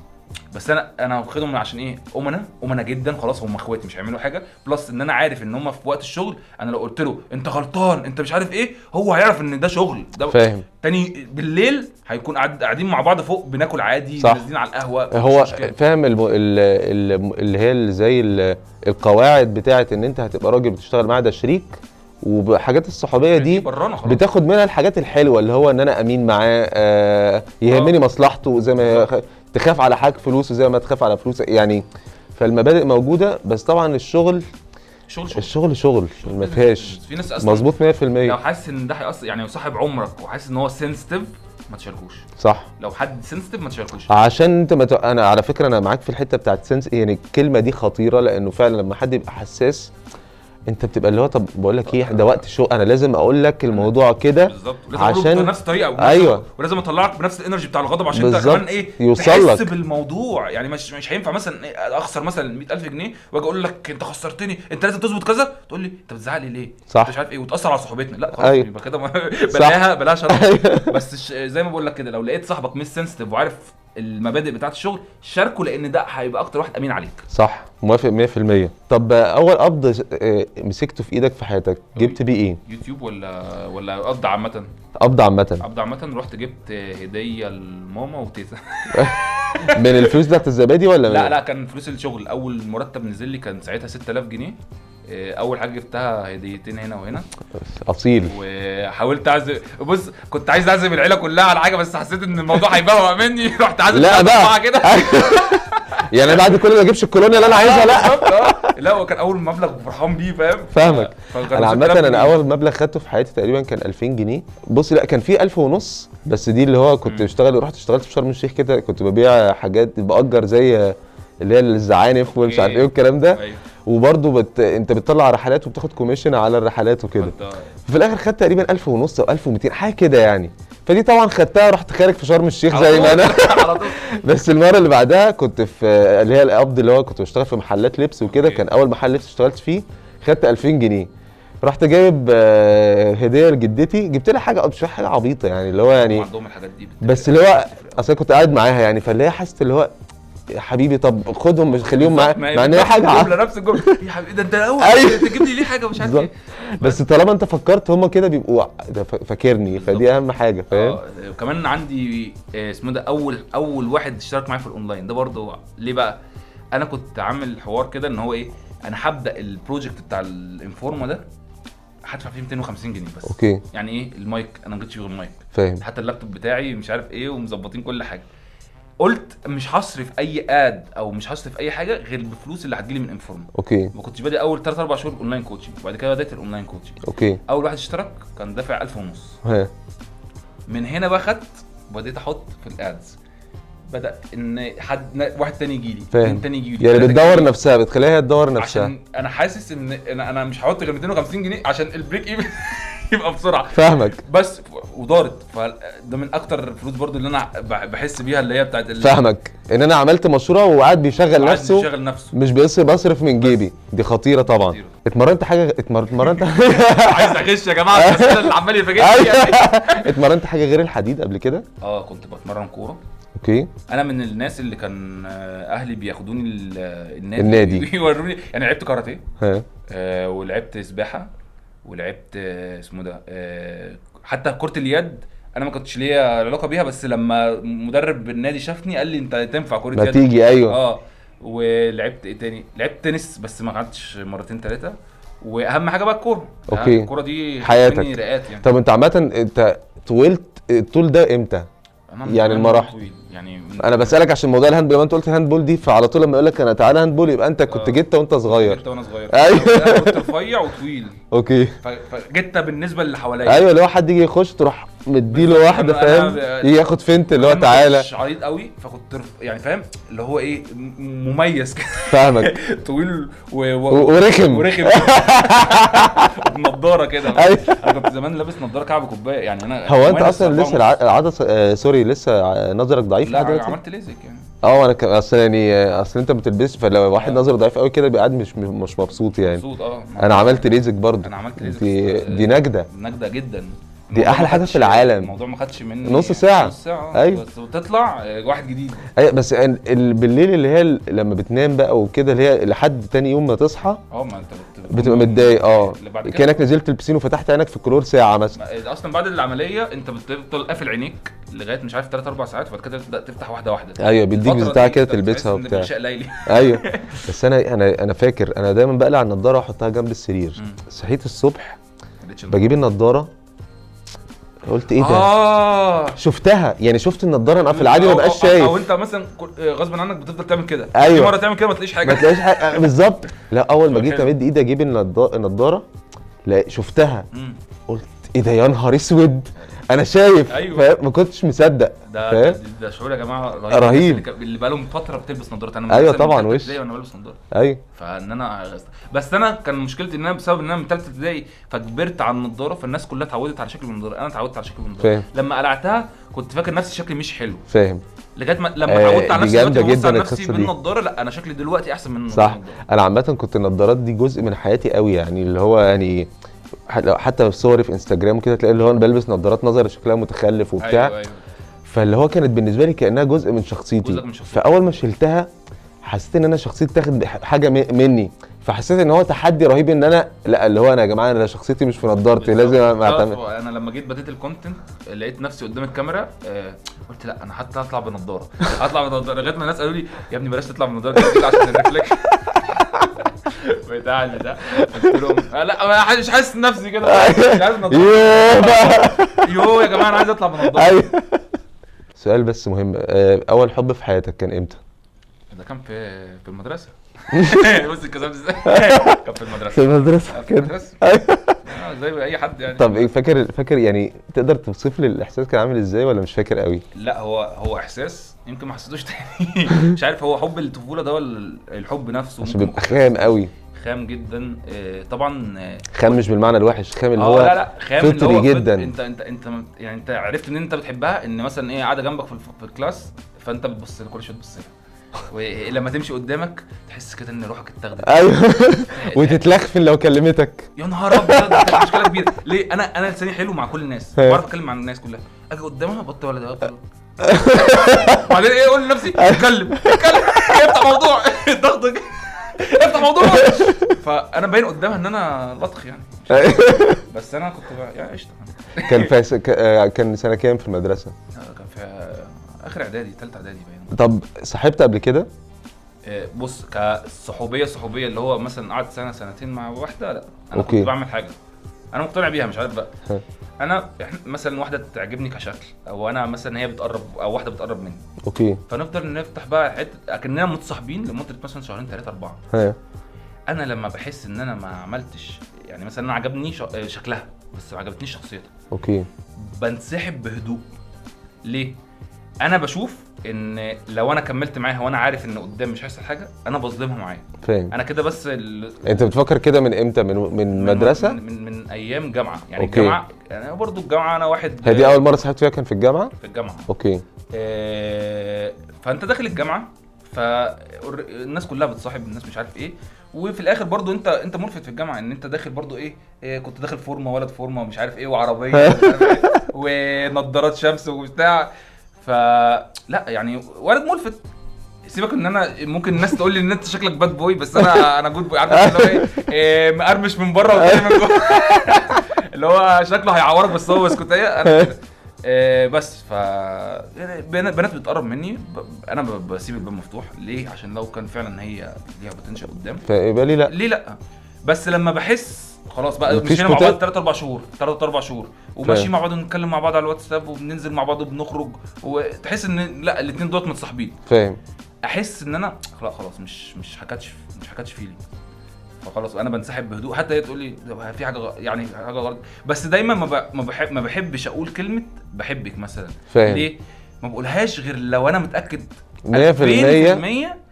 B: بس انا انا واخدهم عشان ايه امنا امنا جدا خلاص هم اخواتي مش هيعملوا حاجه بلس ان انا عارف ان هم في وقت الشغل انا لو قلت له انت غلطان انت مش عارف ايه هو هيعرف ان ده شغل ده
C: فاهم
B: تاني بالليل هيكون قاعد- قاعدين مع بعض فوق بناكل عادي
C: صح.
B: نازلين على القهوه مفيش
C: هو
B: مشكلة.
C: فاهم الم... ال... ال... اللي هي ال- زي ال... القواعد بتاعه ان انت هتبقى راجل بتشتغل معاه ده شريك وحاجات الصحوبيه دي
B: برانا خلاص
C: بتاخد منها الحاجات الحلوه اللي هو ان انا امين معاه آه يهمني مصلحته زي ما تخاف على حاجه فلوسه زي ما تخاف على فلوسه يعني فالمبادئ موجوده بس طبعا الشغل
B: شغل شغل
C: الشغل شغل ما فيهاش
B: في ناس اصلا
C: مظبوط
B: لو
C: 100%
B: حاسس ان ده هيأثر يعني لو صاحب عمرك وحاسس ان هو سنسيتيف ما تشاركوش
C: صح
B: لو حد سنسيتيف ما تشاركوش
C: عشان انت ما ت... انا على فكره انا معاك في الحته بتاعت سنس يعني الكلمه دي خطيره لانه فعلا لما حد يبقى حساس انت بتبقى اللي هو طب بقول لك ايه ده وقت شو انا لازم اقول لك الموضوع كده
B: بالظبط ولازم أقوله
C: عشان-
B: بنفس الطريقه ولازم-
C: ايوه.
B: ولازم اطلعك بنفس الانرجي بتاع الغضب عشان انت
C: بالظبط.
B: كمان ايه
C: يوصل
B: تحس
C: لك.
B: بالموضوع يعني مش مش هينفع مثلا إيه اخسر مثلا 100000 جنيه واجي اقول لك انت خسرتني انت لازم تظبط كذا تقول لي انت بتزعق لي ليه؟
C: صح.
B: انت مش عارف ايه وتاثر على صحبتنا لا خلاص
C: أيوة.
B: يبقى
C: أيوه.
B: كده ما- بلاها بلاها شرط بس الش- زي ما بقول لك كده لو لقيت صاحبك مش سنسيتيف وعارف المبادئ بتاعه الشغل شاركه لان ده هيبقى اكتر واحد امين عليك
C: صح موافق 100% طب اول قبض آه، مسكته في ايدك في حياتك جبت بيه ايه
B: يوتيوب ولا ولا قبض عامه
C: قبض عامه
B: قبض عامه رحت جبت هديه لماما وتيتا
C: من الفلوس بتاعت الزبادي ولا من
B: لا لا كان فلوس الشغل اول مرتب نزل لي كان ساعتها 6000 جنيه إيه، اول حاجه جبتها هديتين هنا وهنا
C: اصيل
B: وحاولت اعزم بص كنت عايز اعزم العيله كلها على حاجه بس حسيت ان الموضوع هيبوق مني رحت عازم
C: لا
B: ثلاث أربعة
C: بقى
B: كده
C: يعني بعد كل ده ما اجيبش الكولونيا اللي انا عايزها لا
B: بالظبط، آه. لا هو كان اول مبلغ فرحان بيه فاهم
C: فاهمك
B: فكان 6000
C: انا عامه
B: جنيه.
C: انا اول مبلغ خدته في حياتي تقريبا كان 2000 جنيه بص لا كان في 1000 ونص بس دي اللي هو كنت بشتغل رحت اشتغلت في شرم الشيخ كده كنت ببيع حاجات باجر زي اللي هي الزعانف ومش عارف
B: أوكي.
C: ايه والكلام ده
B: أيوه.
C: وبرضه بت... انت بتطلع رحلات وبتاخد كوميشن على الرحلات وكده
B: فأنت-
C: في الاخر خدت تقريبا 1000 ونص او 1200 حاجه كده يعني فدي طبعا خدتها رحت خارج في شرم الشيخ زي ما انا
B: على طول
C: بس المره اللي بعدها كنت في اللي هي القبض اللي هو كنت بشتغل في محلات لبس وكده
B: أوكي.
C: كان اول محل لبس اشتغلت فيه خدت 2000 جنيه رحت جايب آه، هديه لجدتي جبت لها حاجه مش حاجه عبيطه يعني اللي هو يعني
B: عندهم الحاجات دي بت-
C: بس اللي هو اصل أنا كنت قاعد معاها يعني فاللي هي حست اللي هو يا حبيبي طب خدهم مش خليهم معايا
B: ما هي
C: مع ان
B: نفس
C: هي حاجه عبيطة.
B: الجملة نفس الجمله يا حبيبي ده انت الاول
C: أيوه.
B: انت تجيب لي ليه حاجه مش عارف
C: بالظبط
B: ايه
C: بس طالما انت فكرت هما كده بيبقوا ع- ده فا- فاكرني فدي اهم حاجه فاهم
B: آه، كمان عندي آه، اسمه ده اول اول واحد اشترك معايا في الاونلاين ده برضه ليه بقى انا كنت عامل حوار كده ان هو ايه انا هبدا البروجكت بتاع الانفورما ده هدفع فيه 250 جنيه بس
C: اوكي
B: يعني ايه المايك انا ما جبتش غير المايك
C: فاهم
B: حتى اللابتوب بتاعي مش عارف ايه ومظبطين كل حاجه قلت مش هصرف اي اد او مش هصرف اي حاجه غير بالفلوس اللي هتجيلي من انفورما
C: اوكي
B: ما كنتش بادئ اول 3 4 شهور اونلاين كوتشنج وبعد كده بدات الاونلاين كوتشنج
C: اوكي
B: اول واحد اشترك كان دافع 1000 ونص
C: ها يعني
B: من هنا بقى خدت وبديت احط في الادز بدا ان حد ن- واحد تاني يجي لي
C: فاهم.
B: تاني يجي لي
C: يعني بتدور نفسها بتخليها هي تدور نفسها
B: عشان انا حاسس ان انا انا مش هحط غير 250 جنيه عشان البريك ايفن يبقى بسرعه
C: فاهمك
B: بس ودارت فده من اكتر الفلوس برضو اللي انا بح- بحس بيها اللي هي بتاعت ال-
C: فاهمك ان انا عملت مشروع وقاعد بيشغل
B: الواحد
C: نفسه
B: بيشغل نفسه
C: مش بيصرف بصرف من جيبي دي خطيره طبعا
B: خطيرة.
C: اتمرنت حاجه اتمر- اتمرنت
B: عايز اغش يا جماعه بس أنا اللي عمال يفاجئني
C: أيوة.
B: يعني.
C: اتمرنت حاجه غير الحديد قبل كده
B: اه كنت بتمرن كوره
C: اوكي
B: انا من الناس اللي كان آه، اهلي بياخدوني ال- آه، النادي
C: النادي.
B: يوروني يعني لعبت كاراتيه
C: ها
B: آه، ولعبت سباحه ولعبت آه، اسمه ده آه، حتى كره اليد انا ما كنتش ليا علاقه بيها بس لما مدرب النادي شافني قال لي انت تنفع كره
C: ما
B: يد
C: تيجي ايوه
B: اه ولعبت ايه تاني لعبت تنس بس ما قعدتش مرتين ثلاثه واهم حاجه بقى الكوره يعني
C: أوكي.
B: الكوره دي
C: حياتك.
B: مني رئات يعني
C: طب انت عامه انت طولت الطول ده امتى
B: أنا
C: يعني
B: من
C: المراحل.
B: طويل. يعني من-
C: انا بسالك عشان موضوع الهاند بول ما انت قلت الهاند بول دي فعلى طول لما يقول لك انا تعالى هاند بول يبقى انت كنت
B: آه.
C: جيت وانت صغير
B: جيت وانا صغير
C: أيوة.
B: أنا كنت رفيع وطويل
C: اوكي
B: ف- فجيت بالنسبه للي حواليا
C: ايوه لو حد يجي يخش تروح مديله
B: أيوه.
C: واحده
B: أنا-
C: فاهم
B: أنا-
C: يجي ياخد فنت اللي هو
B: أنا ما
C: تعالى
B: كنتش عريض قوي فكنت رف... يعني فاهم اللي هو ايه م- مميز كده
C: فاهمك
B: طويل و...
C: و- ورخم.
B: ورخم بنضاره كده
C: أيوة.
B: انا كنت زمان لابس نضاره كعب كوبايه يعني انا
C: هو انت
B: وأنا
C: اصلا لسه
B: 14
C: الع- العدس آه سوري لسه ع- نظرك ضعيف
B: لا
C: لحد
B: ع-
C: دلوقتي
B: عملت ليزك يعني
C: اه انا ك... اصل يعني آه، اصل انت ما بتلبسش فلو واحد
B: آه.
C: نظره ضعيف قوي كده بيبقى قاعد مش مش مبسوط يعني
B: مبسوط اه
C: انا عملت ليزك برضه
B: انا عملت ليزك
C: دي
B: بس-
C: دي نجده
B: نجده جدا
C: دي
B: الموضوع
C: أحلى
B: ما
C: حاجة
B: خدش-
C: في العالم.
B: الموضوع ما خدش مني يعني.
C: نص ساعة.
B: نص ساعه
C: أيوة.
B: ايوه بس وتطلع آه، واحد جديد
C: أي بس ال... ال- بالليل اللي هي ال- لما بتنام بقى وكده اللي هي لحد تاني يوم ما تصحى
B: اه ما انت بت-
C: بتبقى متضايق اه
B: اللي بعد كده
C: كانك نزلت البسين وفتحت عينك في الكلور ساعه مثلا
B: ما- اصلا بعد العمليه انت بتفضل قافل عينيك لغايه مش عارف 3 4 ساعات وبعد كده تبدا تفتح واحده واحده
C: ايوه بيديك
B: الفترة
C: بتاع
B: دي
C: كده
B: أنت بتحس
C: تلبسها
B: إن
C: وبتاع
B: في شيء ليلي
C: ايوه بس انا انا انا فاكر انا دايما بقلع النضاره واحطها جنب السرير
B: مم.
C: صحيت الصبح
B: معلش
C: بجيب النضاره قلت ايه ده
B: اه
C: شفتها يعني شفت النضاره انا في العادي ما
B: أو-
C: بقاش
B: أو- او
C: شايف
B: انت مثلا كل- غصب عنك بتفضل تعمل كده
C: أيوة.
B: في مره تعمل كده ما تلاقيش
C: ما
B: حاجه
C: تلاقيش حاجه بالظبط لا اول ما جيت
B: حلو.
C: امد ايدي اجيب النضا- النضاره لا شفتها
B: مم.
C: قلت ايه ده يا نهار اسود انا شايف
B: أيوة.
C: فاهم ما كنتش مصدق
B: ده
C: فاهم
B: ده شعور يا جماعه رهيب
C: رهيب.
B: اللي ك- اللي بقالهم فتره بتلبس نظارات انا من
C: أيوة
B: مثلاً من
C: طبعاً،
B: تالتة
C: وش.
B: ابتدائي وانا بلبس نظاره
C: ايوه
B: فان انا بس انا كان مشكلتي ان انا بسبب ان انا من ثالثه ابتدائي فكبرت على النضاره فالناس كلها اتعودت على شكل النضاره انا اتعودت على شكل النضاره
C: فاهم.
B: لما قلعتها كنت فاكر نفسي شكلي مش حلو
C: فاهم
B: لغايه ما لما
C: آه،
B: اتعودت على نفسي
C: دي
B: دلوقتي
C: جامدة
B: ببص على
C: جداً
B: نفسي
C: القصة دي.
B: بالنضاره لا انا شكلي دلوقتي احسن من
C: صح
B: النضارة.
C: انا عامه كنت النضارات دي جزء من حياتي قوي يعني اللي هو يعني ح- لو- حتى في صوري في انستجرام وكده تلاقي اللي هو انا بلبس نضارات نظر شكلها متخلف وبتاع
B: ايوه ايوه
C: فاللي هو كانت بالنسبه لي كانها جزء من شخصيتي
B: جزء من شخصيتك.
C: فاول ما شلتها حسيت ان انا شخصيتي تاخد حاجه م- مني فحسيت ان هو تحدي رهيب ان انا لا اللي هو انا يا جماعه انا شخصيتي مش في نضارتي لازم
B: بالظبط.
C: اعتمد
B: انا لما جيت بديت الكونتنت لقيت نفسي قدام الكاميرا آه، قلت لا انا حتى هطلع بنضاره هطلع بنضاره لغايه ما الناس قالوا لي يا ابني بلاش تطلع بنضاره كده عشان الريفلكشن بتاع البتاع قلت لهم آه، لا انا ح- مش حاسس نفسي كده مش عايز نضاره
C: يوه.
B: يوه يا جماعه انا عايز اطلع بنضاره
C: ايوه سؤال بس مهم آه، اول حب في حياتك كان امتى
B: ده كان في في المدرسه بص الكلام ازاي كان في المدرسه
C: المدرسه
B: في المدرسه آه، زي اي حد يعني
C: طب ايه فاكر فاكر يعني تقدر توصف لي الاحساس كان عامل ازاي ولا مش فاكر قوي
B: لا هو هو احساس يمكن ما حسيتوش تاني مش عارف هو حب الطفوله ده ولا الحب نفسه
C: عشان
B: ممكن
C: بيبقى خام قوي
B: خام جدا آه، طبعا اه
C: خام مش بالمعنى الوحش خام اللي
B: آه،
C: هو
B: لا لا خام اللي
C: فطري
B: هو فط-
C: جداً.
B: انت انت انت ما بت- يعني انت عرفت ان انت بتحبها ان مثلا ايه قاعده جنبك في, الف- في الكلاس فانت بتبص لها كل شويه تبص لها ولما تمشي قدامك تحس كده ان روحك اتاخدت
C: ايوه وتتلخفن لو كلمتك
B: يا نهار ابيض ده كانت مشكله كبيره ليه انا انا لساني حلو مع كل الناس
C: ايوه.
B: بعرف اتكلم مع الناس كلها اجي قدامها بط ولا ده بط ولا ده. بعدين ايه اقول لنفسي اتكلم اتكلم افتح موضوع الضغط جه. افتح موضوع فانا باين قدامها ان انا لطخ يعني
C: إيه.
B: بس انا كنت بقى يعني قشطه
C: كان فاس... ك- آه، كان سنه كام في المدرسه
B: آه، كان في آه، اخر اعدادي ثالثه اعدادي باين
C: طب صاحبت قبل كده
B: آه، بص كصحوبيه صحوبيه اللي هو مثلا قعدت سنه سنتين مع واحده لا انا
C: أوكي.
B: كنت بعمل حاجه انا مقتنع بيها مش عارف بقى
C: ها.
B: انا إحنا- مثلا واحده تعجبني كشكل او انا مثلا هي بتقرب او واحده بتقرب مني
C: اوكي
B: فنفضل نفتح بقى حته اكننا متصاحبين لمده مثلا شهرين ثلاثه اربعه
C: ها
B: انا لما بحس ان انا ما عملتش يعني مثلا انا عجبني ش- آه، شكلها بس ما عجبتنيش شخصيتها
C: اوكي
B: بنسحب بهدوء ليه انا بشوف ان لو انا كملت معاها وانا عارف ان قدام مش هيحصل حاجه انا بظلمها معايا
C: فاهم
B: انا كده بس ال...
C: انت بتفكر كده من امتى من من مدرسه
B: من, من, من ايام جامعه يعني
C: أوكي.
B: الجامعه انا برضو الجامعه انا واحد
C: هي دي اول مره صاحبت فيها كان في الجامعه
B: في الجامعه
C: اوكي
B: آه، فانت داخل الجامعه فالناس كلها بتصاحب الناس مش عارف ايه وفي الاخر برضو انت انت ملفت في الجامعه ان انت داخل برضو ايه, إيه كنت داخل فورمه ولد فورمه ومش عارف ايه وعربيه ومش عارف إيه، ونضارات شمس وبتاع فلا يعني ولد ملفت سيبك ان انا ممكن الناس تقول لي ان انت شكلك باد بوي بس انا انا جود بوي عارف اللي هو إيه، ايه مقرمش من بره وطري من جوه اللي هو شكله هيعورك بس هو بسكوتيه انا كده آه، بس ف يعني بنات بنات بتقرب مني ب... انا ب- بسيب الباب مفتوح ليه عشان لو كان فعلا هي ليها بوتنشال قدام
C: فبالي لا
B: ليه لا بس لما بحس خلاص بقى
C: مفيش
B: مشينا مع
C: بوتن-
B: بعض 3 4 شهور 3 4 شهور وماشيين
C: فاهم.
B: مع بعض ونتكلم مع بعض على الواتساب وبننزل مع بعض وبنخرج وتحس ان لا الاثنين دول متصاحبين
C: فاهم
B: احس ان انا لا خلاص مش مش هكاتش مش هكاتش فيلي فخلاص انا بنسحب بهدوء حتى هي تقول لي طب في حاجه غ- يعني حاجه غلط بس دايما ما ب- ما بحب ما بحبش اقول كلمه بحبك مثلا
C: فاهم.
B: ليه ما بقولهاش غير لو انا متاكد
C: 100%
B: 100%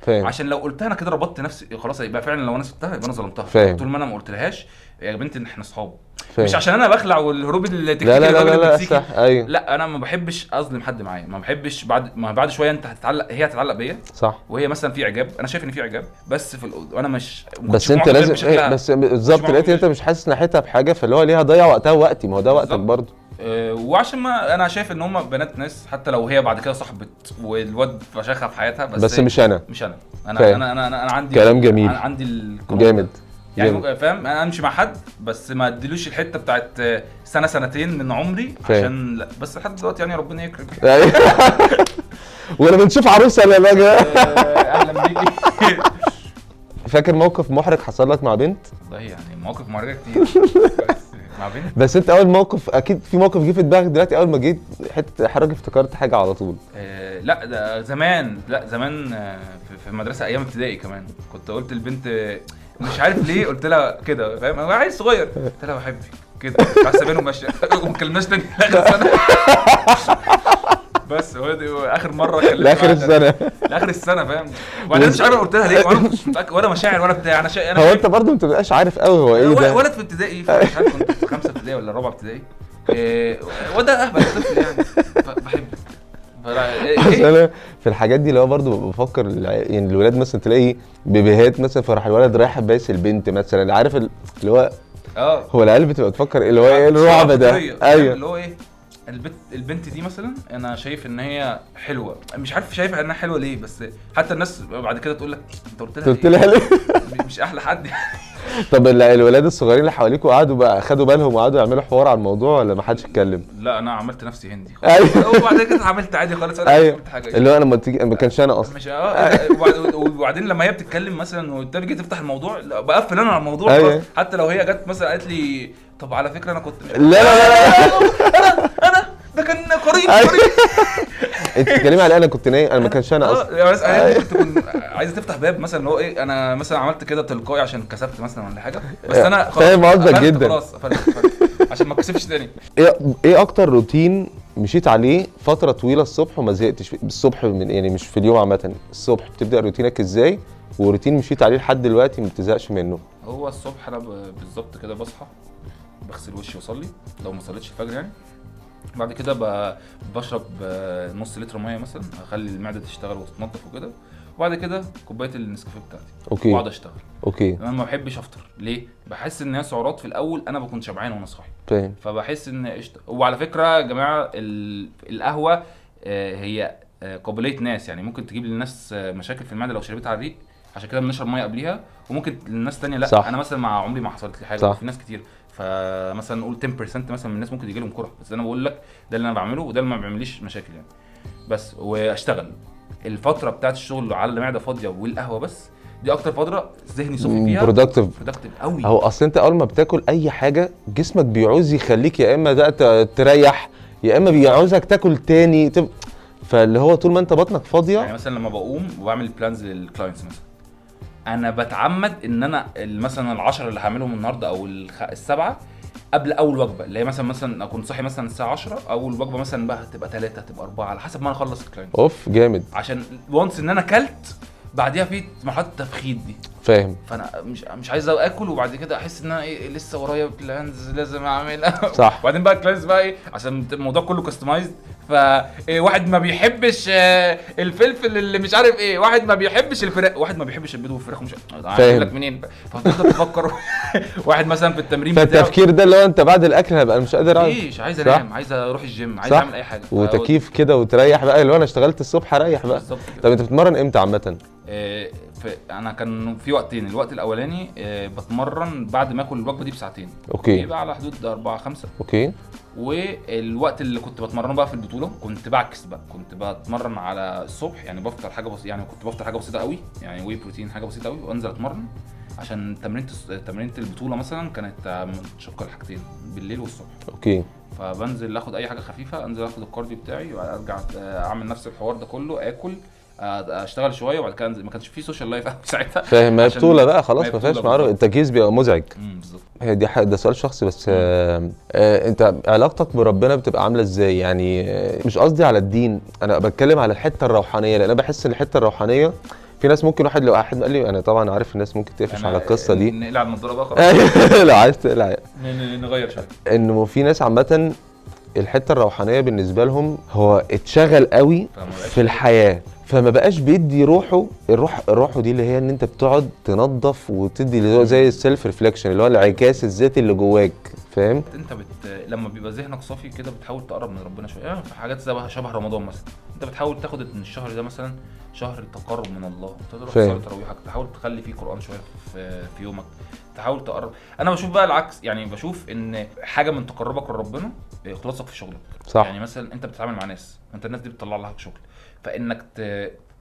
C: فاهم.
B: عشان لو قلتها انا كده ربطت نفسي خلاص يبقى فعلا لو انا سبتها يبقى انا ظلمتها
C: فاهم.
B: طول ما انا ما قلتلهاش يا بنت إن احنا اصحاب
C: فاهم
B: مش عشان انا بخلع والهروب التكنيكي
C: لا لا
B: الراجل
C: لا لا, لا
B: المكسيكي.
C: صح ايوه
B: لا انا ما بحبش اظلم حد معايا ما بحبش بعد ما بعد شويه انت هتتعلق هي هتتعلق بيا
C: صح
B: وهي مثلا في اعجاب انا شايف ان في اعجاب بس في الأو... انا مش ما كنتش
C: بس انت
B: معجب
C: لازم
B: بشكلها.
C: إيه، بس بالظبط
B: معجب
C: لقيت ان انت
B: بشكلها.
C: مش حاسس ناحيتها بحاجه فاللي هو ليه هضيع وقتها ووقتي ما هو ده وقتك
B: بالظبط.
C: برضه
B: آه، وعشان ما انا شايف ان هم بنات ناس حتى لو هي بعد كده صاحبت والواد فشخها في حياتها بس,
C: بس مش انا
B: مش انا انا
C: فاهم.
B: انا انا, أنا, أنا عندي
C: كلام جميل.
B: انا عندي القناعة.
C: جامد
B: يعني
C: جامد.
B: ممكن- فاهم انا امشي مع حد بس ما اديلوش الحته بتاعت آه، سنه سنتين من عمري
C: فاهم.
B: عشان لا بس لحد دلوقتي يعني ربنا يكرم
C: يعني- ولا بنشوف عروسه ولا
B: آه،
C: بقى
B: اهلا بيكي
C: فاكر موقف محرج حصل لك مع بنت
B: والله يعني مواقف محرجه كتير بس مع بنت
C: بس انت اول موقف اكيد في موقف جه في دماغك دلوقتي اول ما جيت حته حرج افتكرت حاجه على طول
B: آه لا ده زمان لا زمان آه في- في المدرسه ايام ابتدائي كمان كنت قلت للبنت آه، مش عارف ليه قلت لها كده فاهم انا عيل صغير قلت لها بحبك كده راح سابين وماشي وما كلمناش تاني لاخر سنه بس هو دي اخر مره كلمت
C: لاخر
B: واحدة.
C: السنه
B: لاخر السنه فاهم وبعدين مش عارف أنا قلت لها ليه وانا مش متأكد، ولا مشاعر ولا بتاع انا شا... انا
C: هو
B: شايف-
C: انت برضه ما بتبقاش عارف قوي هو ايه
B: ولد-
C: ده
B: ولد في ابتدائي مش عارف كنت في خمسه ابتدائي ولا رابعه ابتدائي إيه، وده اهبل طفل يعني ف- بحبك فلا إيه-
C: بس
B: إيه؟
C: انا في الحاجات دي اللي هو برضه ببقى بفكر الع- يعني الولاد مثلا تلاقي بيبيهات مثلا فراح الولد رايح بايس البنت مثلا عارف ال- اللي هو
B: اه
C: هو العيال بتبقى تفكر إيه اللي هو ايه
B: بسرعة
C: الرعب ده
B: فطرية، فاهم
C: ايوه
B: اللي هو ايه البت البنت دي مثلا انا شايف ان هي حلوه مش عارف شايف انها حلوه ليه بس حتى الناس بعد كده تقول لك انت قلت لها
C: قلت
B: إيه؟
C: لها ليه؟
B: مش احلى حد
C: طب ال- الولاد الصغيرين اللي حواليكوا قعدوا بقى خدوا بالهم وقعدوا يعملوا حوار على الموضوع ولا ما حدش اتكلم؟
B: لا انا عملت نفسي هندي
C: ايوه
B: وبعد كده عملت عادي خالص انا مش
C: ايوه
B: قلت حاجه
C: اللي هو انا ما تيجي ما كانش انا اصلا
B: مش اه وبعد- وبعدين لما هي بتتكلم مثلا وتيجي تفتح الموضوع لا، بقفل انا على الموضوع
C: أيوة.
B: خلاص. حتى لو هي جت مثلا قالت لي طب على فكره انا كنت مش
C: لا لا لا, لا.
B: انا ده كان قريب
C: أيوة.
B: قريب
C: انت بتتكلمي على انا كنت نايم انا ما كانش أيوة. انا اصلا
B: اه بس انا ممكن تكون عايزه تفتح باب مثلا اللي هو ايه انا مثلا عملت كده تلقائي عشان كسبت مثلا ولا حاجه بس انا خلاص
C: فاهم قصدك
B: قفلت
C: جدا.
B: خلاص قفلت- قفلت. عشان ما اكسبش تاني
C: ايه ايه اكتر روتين مشيت عليه فتره طويله الصبح وما زهقتش فيه؟ الصبح من يعني مش في اليوم عامه الصبح بتبدا روتينك ازاي وروتين مشيت عليه لحد دلوقتي ما بتزهقش منه
B: هو الصبح انا ب- بالظبط كده بصحى بغسل وشي واصلي لو ما صليتش الفجر يعني بعد كده ب- بشرب آه، نص لتر ميه مثلا اخلي المعده تشتغل وتتنضف وكده وبعد كده كوبايه النسكافيه بتاعتي
C: أوكي.
B: واقعد اشتغل
C: اوكي
B: انا ما بحبش افطر ليه بحس ان هي سعرات في الاول انا بكون شبعان وانا صاحي
C: فاهم
B: فبحس ان قشطه وعلى فكره يا جماعه ال- القهوه آه، هي آه، قابليه ناس يعني ممكن تجيب للناس آه، مشاكل في المعده لو شربتها على الريق عشان كده بنشرب ميه قبليها وممكن للناس تانية لا
C: صح.
B: انا مثلا مع عمري ما حصلت لي حاجه
C: صح.
B: في ناس كتير فمثلا نقول 10% مثلا من الناس ممكن يجي لهم كره بس انا بقول لك ده اللي انا بعمله وده اللي ما بيعمليش مشاكل يعني بس واشتغل الفتره بتاعت الشغل على معده فاضيه والقهوه بس دي اكتر فتره ذهني صافي فيها
C: productive.
B: productive قوي
C: هو اصل انت اول ما بتاكل اي حاجه جسمك بيعوز يخليك يا اما ده ت- تريح يا اما بيعوزك تاكل تاني تب... فاللي هو طول ما انت بطنك
B: يعني
C: فاضيه
B: مثلا لما بقوم وبعمل بلانز للكلاينتس مثلا انا بتعمد ان انا ال- مثلا العشرة اللي هعملهم النهارده او الخ- السبعه قبل اول وجبه اللي هي مثلا مثلا اكون صاحي مثلا الساعه 10 اول وجبه مثلا بقى تبقى 3 تبقى 4 على حسب ما انا اخلص الكلاينت
C: اوف جامد
B: عشان وانس ان انا كلت بعديها في مرحله التفخيد دي
C: فاهم
B: فانا مش مش عايز اكل وبعد كده احس ان انا إيه لسه ورايا بلانز لازم اعملها
C: صح.
B: وبعدين بقى الكلاينتس بقى ايه عشان الموضوع كله كاستمايزد فواحد ما بيحبش آه، الفلفل اللي مش عارف ايه واحد ما بيحبش الفراخ واحد ما بيحبش البيض والفراخ مش
C: فاهم.
B: فاهم لك منين فهتفضل تفكر واحد مثلا في التمرين بتاعه
C: فالتفكير ده اللي هو انت بعد الاكل هبقى أنا مش قادر أقعد.
B: مفيش عايز
C: صح.
B: انام عايز اروح الجيم عايز
C: صح.
B: اعمل اي حاجه
C: وتكييف كده وتريح بقى اللي هو انا اشتغلت الصبح اريح بقى
B: بالظبط كده.
C: طب انت بتتمرن امتى عامه
B: آه، ف- انا كان في وقتين الوقت الاولاني آه، بتمرن بعد ما اكل الوجبه دي بساعتين
C: أوكي.
B: يبقى على حدود 4 5
C: اوكي
B: والوقت اللي كنت بتمرنه بقى في البطوله كنت بعكس بقى كنت بتمرن على الصبح يعني بفطر حاجه بسيطه يعني كنت بفطر حاجه بسيطه قوي يعني واي بروتين حاجه بسيطه قوي وانزل اتمرن عشان تمرينه الس- تمرينه البطوله مثلا كانت آه، متشقه لحاجتين بالليل والصبح
C: اوكي
B: فبنزل اخد اي حاجه خفيفه انزل اخد الكارديو بتاعي وارجع آه، اعمل نفس الحوار ده كله اكل آه، اشتغل شويه وبعد كده انزل ما كانش في سوشيال لايف قوي ساعتها
C: فاهم ما هي
B: عشان-
C: بطوله بقى خلاص
B: هي
C: ما فيهاش
B: بطولة
C: معارف
B: بالظبط.
C: التجهيز بيبقى مزعج
B: أمم، بالظبط
C: هي دي ح- ده سؤال شخصي بس آه آه انت علاقتك بربنا بتبقى عامله ازاي يعني آه مش قصدي على الدين انا بتكلم على الحته الروحانيه لان انا بحس ان الحته الروحانيه في ناس ممكن واحد لو واحد قال لي انا طبعا عارف الناس ممكن تقفش
B: أنا-
C: على القصه دي
B: يعني
C: أيوه.
B: نقلع النضاره بقى خلاص
C: لو عايز تقلع
B: ن- ن- نغير شويه
C: انه في ناس عامه الحته الروحانيه بالنسبه لهم هو اتشغل قوي
B: فما بقاش
C: في الحياه فما بقاش بيدي روحه الروح روحه دي اللي هي ان انت بتقعد تنظف وتدي اللي هو زي السيلف ريفليكشن اللي هو الانعكاس الذاتي اللي جواك فاهم
B: انت بت... لما بيبقى ذهنك صافي كده بتحاول تقرب من ربنا شويه يعني في حاجات زي شبه رمضان مثلا انت بتحاول تاخد ان الشهر ده مثلا شهر تقرب من الله تروح
C: فاهم.
B: تصلي تراويحك تحاول تخلي فيه قران شويه في, في يومك تحاول تقرب انا بشوف بقى العكس يعني بشوف ان حاجه من تقربك لربنا اخلاصك في شغلك
C: صح.
B: يعني مثلا انت بتتعامل مع ناس انت الناس دي بتطلع لها شغل فانك ت...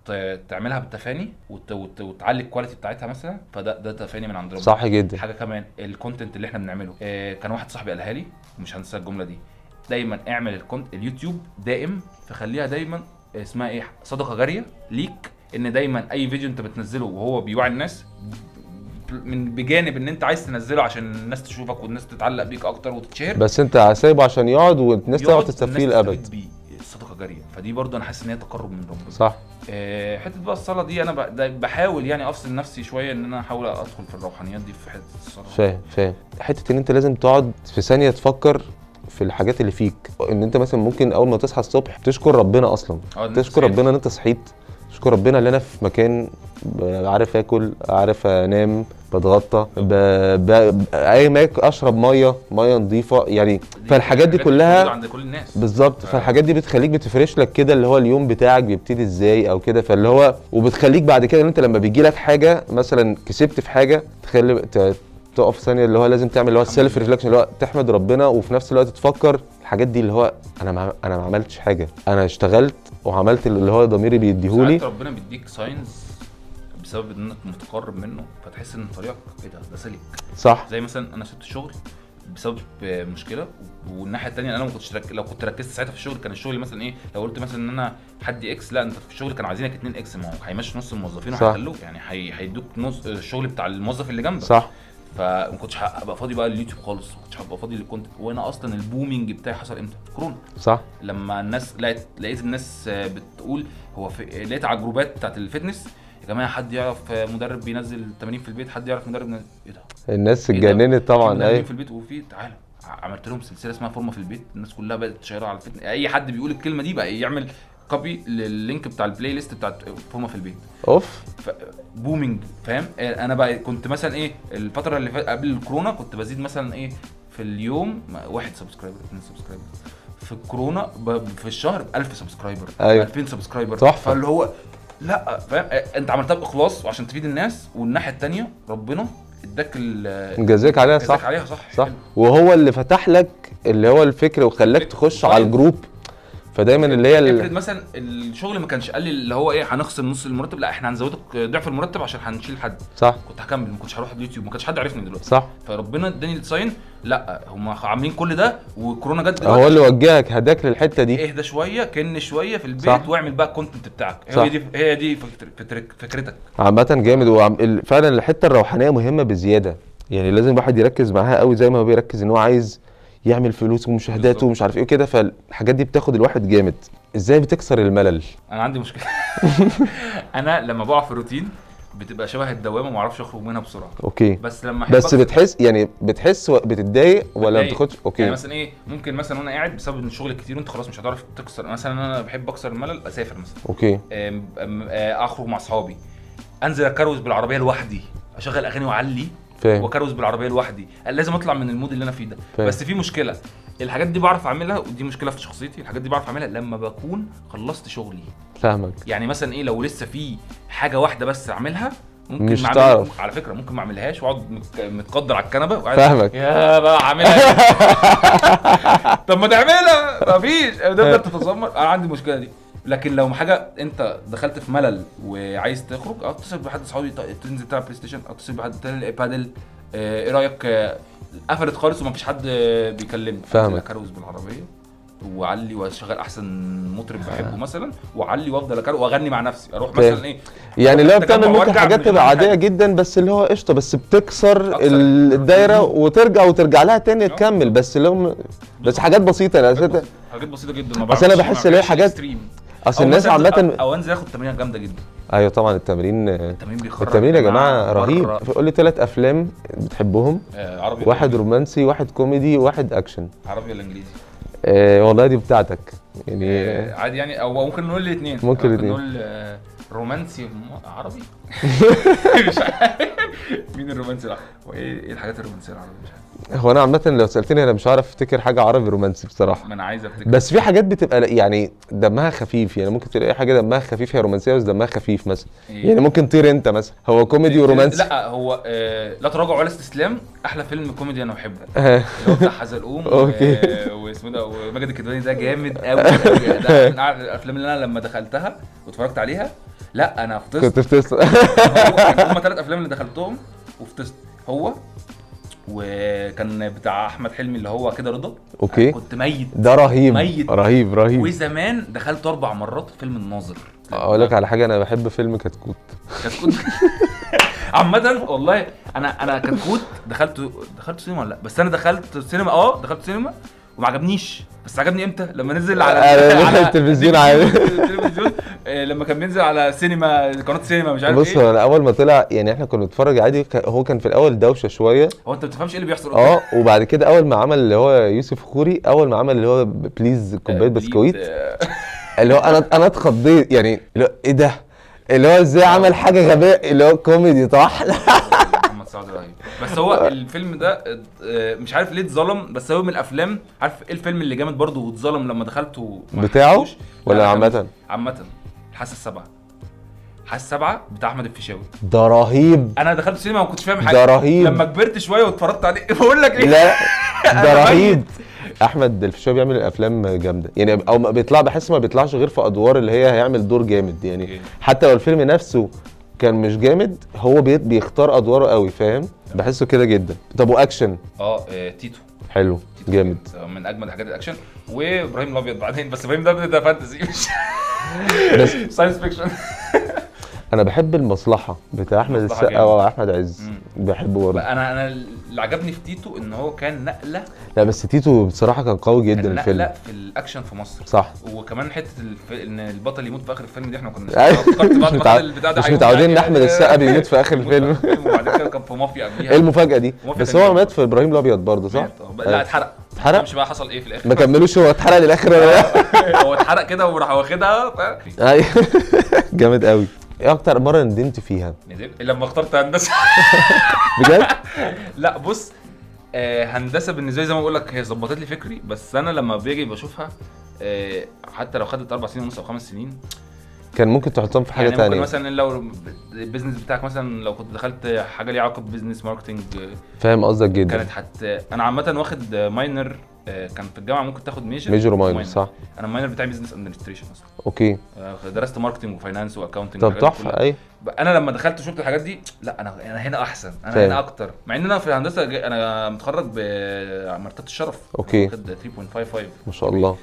B: ت- تعملها بالتفاني وت... وت... وتعلي الكواليتي بتاعتها مثلا فده ده تفاني من عند ربنا
C: صح جدا
B: حاجه كمان الكونتنت اللي احنا بنعمله آه كان واحد صاحبي قالها لي مش هنسى الجمله دي دايما اعمل الكونت اليوتيوب دائم فخليها دايما اسمها ايه صدقه جاريه ليك ان دايما اي فيديو انت بتنزله وهو بيوعي الناس من بجانب ان انت عايز تنزله عشان الناس تشوفك والناس تتعلق بيك اكتر وتتشهر
C: بس انت سايبه عشان يقعد والناس تقعد
B: يقعد
C: تستفيد
B: الناس
C: الابد
B: تستفيد بيه. صدقه جاريه فدي برضه انا حاسس ان هي تقرب من ربنا
C: صح
B: آه، حته بقى الصلاه دي انا ب- ده- بحاول يعني افصل نفسي شويه ان انا احاول ادخل في الروحانيات دي في حته الصلاه
C: فاهم فاهم حته ان انت لازم تقعد في ثانيه تفكر في الحاجات اللي فيك ان انت مثلا ممكن اول ما تصحى الصبح تشكر ربنا اصلا
B: اه، إن انت
C: تشكر
B: صحيت.
C: ربنا ان انت صحيت تشكر اشكر ربنا ان انا في مكان ب- عارف اكل عارف انام بتغطى ب... ب... اي ماك اشرب ميه ميه نظيفه يعني فالحاجات دي كلها
B: عند كل الناس
C: بالظبط فالحاجات دي بتخليك بتفرش لك كده اللي هو اليوم بتاعك بيبتدي ازاي او كده فاللي هو وبتخليك بعد كده إن انت لما بيجي لك حاجه مثلا كسبت في حاجه تخلي ت- تقف ثانيه اللي هو لازم تعمل اللي هو السيلف ريفلكشن اللي هو تحمد ربنا وفي نفس الوقت تفكر الحاجات دي اللي هو انا ما انا ما عملتش حاجه انا اشتغلت وعملت اللي هو ضميري بيديهولي
B: ساعات ربنا بيديك ساينز بسبب انك متقرب منه فتحس ان طريقك ايه ده ده سلك
C: صح
B: زي مثلا انا سبت الشغل بسبب مشكله والناحيه الثانيه انا ما كنتش رك... لو كنت ركزت ساعتها في الشغل كان الشغل مثلا ايه لو قلت مثلا ان انا حد اكس لا انت في الشغل كان عايزينك 2 اكس ما هو هيمشي نص الموظفين
C: صح.
B: وهيخلوك يعني هي- هيدوك نص الشغل بتاع الموظف اللي جنبك
C: صح
B: فما كنتش هبقى فاضي بقى لليوتيوب خالص ما كنتش هبقى فاضي للكونتنت وانا اصلا البومينج بتاعي حصل امتى؟ كورونا
C: صح
B: لما الناس لقيت لقيت الناس آه، بتقول هو في... لقيت على الجروبات بتاعت الفتنس يا جماعه حد يعرف آه، مدرب بينزل تمارين في البيت حد يعرف مدرب بينزل- ايه ده
C: الناس
B: إيه ده؟
C: اتجننت طبعا
B: اي
C: اي
B: في البيت وفي تعالى ع- عملت لهم سلسله اسمها فورمه في البيت الناس كلها بدات تشير على الفتن اي حد بيقول الكلمه دي بقى يعمل كوبي لللينك بتاع البلاي ليست بتاعت فورمه في البيت
C: اوف
B: بومينج فاهم آه، انا بقى كنت مثلا ايه الفتره اللي فاتت قبل الكورونا كنت بزيد مثلا ايه في اليوم ما- واحد سبسكرايبر اثنين سبسكرايبر في الكورونا ب... في الشهر 1000 سبسكرايبر
C: أيوة.
B: 2000 سبسكرايبر
C: تحفة.
B: فاللي هو لا فاهم آه، انت عملتها باخلاص وعشان تفيد الناس والناحيه الثانيه ربنا اداك ال
C: جزاك عليها
B: جزاك
C: صح
B: عليها صح
C: صح
B: حلو.
C: وهو اللي فتح لك اللي هو الفكر وخلاك تخش على الجروب فدايما اللي هي
B: افرض
C: ال-
B: مثلا الشغل ما كانش قال لي اللي هو ايه هنخصم نص المرتب لا احنا هنزودك ضعف المرتب عشان هنشيل حد
C: صح
B: كنت هكمل ما كنتش هروح اليوتيوب ما كانش حد عارفني دلوقتي
C: صح
B: فربنا اداني الساين لا هم عاملين كل ده وكورونا جت
C: هو
B: دلوقتي
C: اللي وجهك هداك للحته دي
B: اهدى شويه كن شويه في البيت
C: صح.
B: واعمل بقى الكونتنت بتاعك
C: صح.
B: هي دي هي دي فكر- فكرك- فكرتك
C: عامه جامد وعم... ال- فعلا الحته الروحانيه مهمه بزياده يعني لازم الواحد يركز معاها قوي زي ما هو بيركز ان هو عايز يعمل فلوس ومشاهدات
B: بالظبط.
C: ومش عارف ايه وكده فالحاجات دي بتاخد الواحد جامد ازاي بتكسر الملل
B: انا عندي مشكله انا لما بقع في الروتين بتبقى شبه الدوامه ما اعرفش اخرج منها بسرعه
C: اوكي
B: بس لما أحب
C: بس
B: أكسر-
C: بتحس يعني بتحس و- بتتضايق ولا ما
B: بتضايق.
C: بتاخدش
B: يعني
C: اوكي
B: مثلا ايه ممكن مثلا وانا قاعد بسبب ان الشغل كتير وانت خلاص مش هتعرف تكسر مثلا انا بحب اكسر الملل اسافر مثلا
C: اوكي
B: آم، آم، آه، اخرج مع اصحابي انزل اكروز بالعربيه لوحدي اشغل اغاني واعلي
C: فاهم
B: واكروز بالعربيه لوحدي لازم اطلع من المود اللي انا فيه ده
C: فاهم.
B: بس في مشكله الحاجات دي بعرف اعملها ودي مشكله في شخصيتي الحاجات دي بعرف اعملها لما بكون خلصت شغلي
C: فاهمك
B: يعني مثلا ايه لو لسه في حاجه واحده بس اعملها ممكن
C: مش
B: ما أعمل-
C: تعرف.
B: على فكره ممكن ما اعملهاش واقعد مت- متقدر على الكنبه وقاعد
C: فاهمك.
B: يا بقى عاملها طب ما تعملها مفيش
C: طيب.
B: تفضل تتذمر انا عندي المشكله دي لكن لو حاجه انت دخلت في ملل وعايز تخرج اه اتصل بحد صحابي ط- تنزل تلعب بلاي ستيشن أو اتصل بحد تلعب بادل آه، ايه رايك آه، قفلت خالص ومفيش حد آه، بيكلمني
C: فاهمك.
B: أنزل اكروز بالعربيه وعلي واشغل احسن مطرب
C: آه.
B: بحبه مثلا وعلي وافضل اكل واغني مع نفسي اروح مثلا ايه
C: يعني لو بتعمل
B: تجمع
C: ممكن
B: وارجع
C: حاجات
B: من غير
C: تبقى
B: ما
C: عاديه
B: حد.
C: جدا بس اللي هو قشطه بس بتكسر
B: أكثر.
C: ال- الدايره وترجع وترجع لها تاني
B: آه.
C: تكمل بس اللي هم بس حاجات بسيطه انا أساساً-
B: حاجات بسيطه جدا ما
C: أصل أنا
B: بعرفش-
C: بحس
B: ما
C: إن هي
B: بعملش
C: حاجات-
B: extreme.
C: اصل
B: أو
C: الناس
B: مثلاً
C: عامه
B: أ- او انزل اخد تمرينه جامده جدا
C: ايوه طبعا التمرين
B: التمرين بيخرج
C: التمرين يا جماعه رهيب
B: بره.
C: قول لي ثلاث افلام بتحبهم
B: آه عربي
C: واحد رومانسي واحد كوميدي واحد اكشن
B: عربي ولا انجليزي
C: آه والله دي بتاعتك يعني
B: آه عادي يعني او ممكن نقول الاثنين
C: ممكن الاتنين.
B: نقول آه رومانسي م- عربي مش عارف مين الرومانسي العربي وايه إيه الحاجات الرومانسيه العربي مش عارف
C: هو انا عامه لو سالتني انا مش هعرف افتكر حاجه عربي رومانسي بصراحه
B: ما انا عايز افتكر
C: بس في حاجات بتبقى لا- يعني دمها خفيف يعني ممكن تلاقي حاجه دمها خفيف هي رومانسيه بس دمها خفيف مثلا
B: إيه؟
C: يعني ممكن طير انت مثلا هو كوميدي ورومانسي
B: لا هو آه لا تراجع ولا استسلام احلى فيلم كوميدي انا بحبه
C: آه،
B: اللي هو بتاع حزلقوم
C: أوكي.
B: آه، واسمه ده وماجد الكدواني ده جامد قوي ده من أعلى الافلام اللي انا لما دخلتها واتفرجت عليها لا انا فطست
C: كنت بتسأل
B: هم ثلاث افلام اللي دخلتهم وفطست هو وكان بتاع احمد حلمي اللي هو كده رضا
C: أوكي.
B: أنا كنت ميت
C: ده رهيب
B: ميت.
C: رهيب رهيب
B: وزمان دخلت اربع مرات فيلم الناظر
C: اقول آه، لك على حاجه انا بحب فيلم كتكوت
B: كتكوت عامة والله انا انا كتكوت دخلت دخلت سينما ولا لا بس انا دخلت سينما اه دخلت سينما وما عجبنيش بس عجبني امتى لما نزل على
C: على- على آه، التلفزيون عادي.
B: التلفزيون آه، لما كان بينزل على سينما قناه سينما مش عارف
C: بص
B: ايه
C: هو انا اول ما طلع يعني احنا كنا بنتفرج عادي ك- هو كان في الاول دوشه شويه
B: هو انت ما بتفهمش ايه اللي بيحصل قدامك.
C: اه وبعد كده اول ما عمل اللي هو يوسف خوري اول ما عمل اللي هو بليز كوبايه بسكويت
B: آه،
C: اللي هو انا انا اتخضيت يعني اللي هو ايه ده اللي هو ازاي عمل حاجه غبيه اللي هو كوميدي طح
B: محمد سعد رهيب بس هو الفيلم ده آه، مش عارف ليه اتظلم بس هو من الافلام عارف ايه الفيلم اللي جامد برضه واتظلم لما دخلته ما
C: بتاعه؟
B: حبيتهوش؟
C: ولا
B: لا،
C: عامة؟
B: كان- عامة الحاسة السبعة الحاسة السبعة بتاع احمد الفيشاوي
C: ده رهيب
B: انا دخلت السينما ما كنتش فاهم حاجة
C: ده رهيب
B: لما كبرت شوية واتفرجت عليه بقول لك ايه
C: لا ده
B: أنا
C: رهيب احمد الفيشاوي بيعمل الافلام جامده يعني او ما بيطلع بحس ما بيطلعش غير في ادوار اللي هي هيعمل دور جامد يعني
B: أوكي.
C: حتى لو الفيلم نفسه كان مش جامد هو بي- بيختار ادواره قوي فاهم بحسه كده جدا طب واكشن
B: اه آه، تيتو
C: حلو
B: تيتو
C: جامد
B: كانت آه، من اجمد حاجات الاكشن وابراهيم الابيض بعدين بس ابراهيم الابيض ده فانتزي مش
C: بس
B: ساينس فيكشن
C: انا بحب المصلحه بتاع احمد
B: المصلحة
C: السقا
B: جامد.
C: واحمد عز بحبه برضه
B: انا انا اللي عجبني في تيتو ان هو كان نقله
C: لا بس تيتو بصراحه كان قوي
B: كان
C: جدا الفيلم
B: نقله في الاكشن في مصر
C: صح
B: وكمان حته الف... ان البطل يموت في اخر الفيلم دي احنا كنا
C: أيوة.
B: افتكرت بعد
C: مش
B: ما
C: متع-
B: خد البتاع ده
C: مش
B: هيموت
C: متعودين
B: يعني.
C: ان احمد السقا بيموت في اخر الفيلم
B: وبعد كده كان في مافيا
C: ايه
B: قبليها
C: المفاجاه دي
B: مفاجأة
C: بس
B: جدا.
C: هو مات في ابراهيم الابيض برضه صح أيوة.
B: مات. اه، لا اتحرق
C: اتحرق؟
B: مش بقى حصل ايه في الاخر
C: ما كملوش هو اتحرق للاخر ولا لا
B: هو اتحرق كده وراح واخدها ف...
C: أيوة. جامد قوي ايه اكتر مره ندمت فيها
B: ندمت. لما اخترت هندسه
C: بجد
B: لا بص آه هندسه بالنسبه لي زي ما بقول لك هي ظبطت لي فكري بس انا لما باجي بشوفها آه حتى لو خدت اربع سنين ونص او خمس سنين
C: كان ممكن تحطهم في حاجه
B: يعني ممكن
C: تانية
B: مثلا لو البيزنس بتاعك مثلا لو كنت دخلت حاجه ليها علاقه ببيزنس ماركتنج آه،
C: فاهم قصدك جدا
B: كانت حتى انا عامه واخد ماينر آه، كان في الجامعه ممكن تاخد ميجر
C: ميجر وماينر صح
B: انا الماينر بتاعي بزنس ادمنستريشن اصلا
C: اوكي
B: آه، درست ماركتنج وفاينانس واكونتنج
C: طب أيوه. تحفه اي
B: انا لما دخلت وشفت الحاجات دي لا انا انا هنا احسن انا
C: فاهم.
B: هنا اكتر مع ان انا في الهندسه جا- انا متخرج بمرتبه الشرف
C: أوكي.
B: واخد 3.55
C: ما شاء الله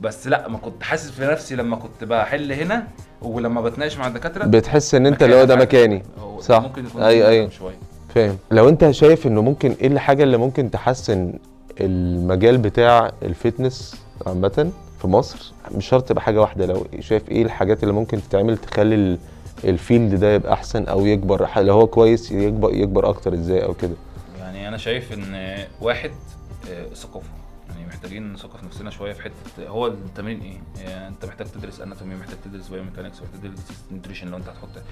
B: بس لا ما كنت حاسس في نفسي لما كنت بحل هنا ولما بتناقش مع الدكاتره
C: بتحس ان انت اللي هو ده مكاني
B: هو
C: صح.
B: ممكن يكون
C: أي- أي.
B: شويه
C: فاهم لو انت شايف انه ممكن ايه الحاجه اللي ممكن تحسن المجال بتاع الفتنس عامه في مصر مش شرط تبقى حاجه واحده لو شايف ايه الحاجات اللي ممكن تتعمل تخلي ال- الفيلد ده يبقى احسن او يكبر ح- لو هو كويس يكبر يكبر اكتر ازاي او كده
B: يعني انا شايف ان واحد آه، ثقافه يعني محتاجين نثقف نفسنا شويه في حته هو التمرين ايه؟ يعني انت محتاج تدرس اناتومي محتاج تدرس بايوميكانكس محتاج تدرس نيوتريشن لو انت هتحط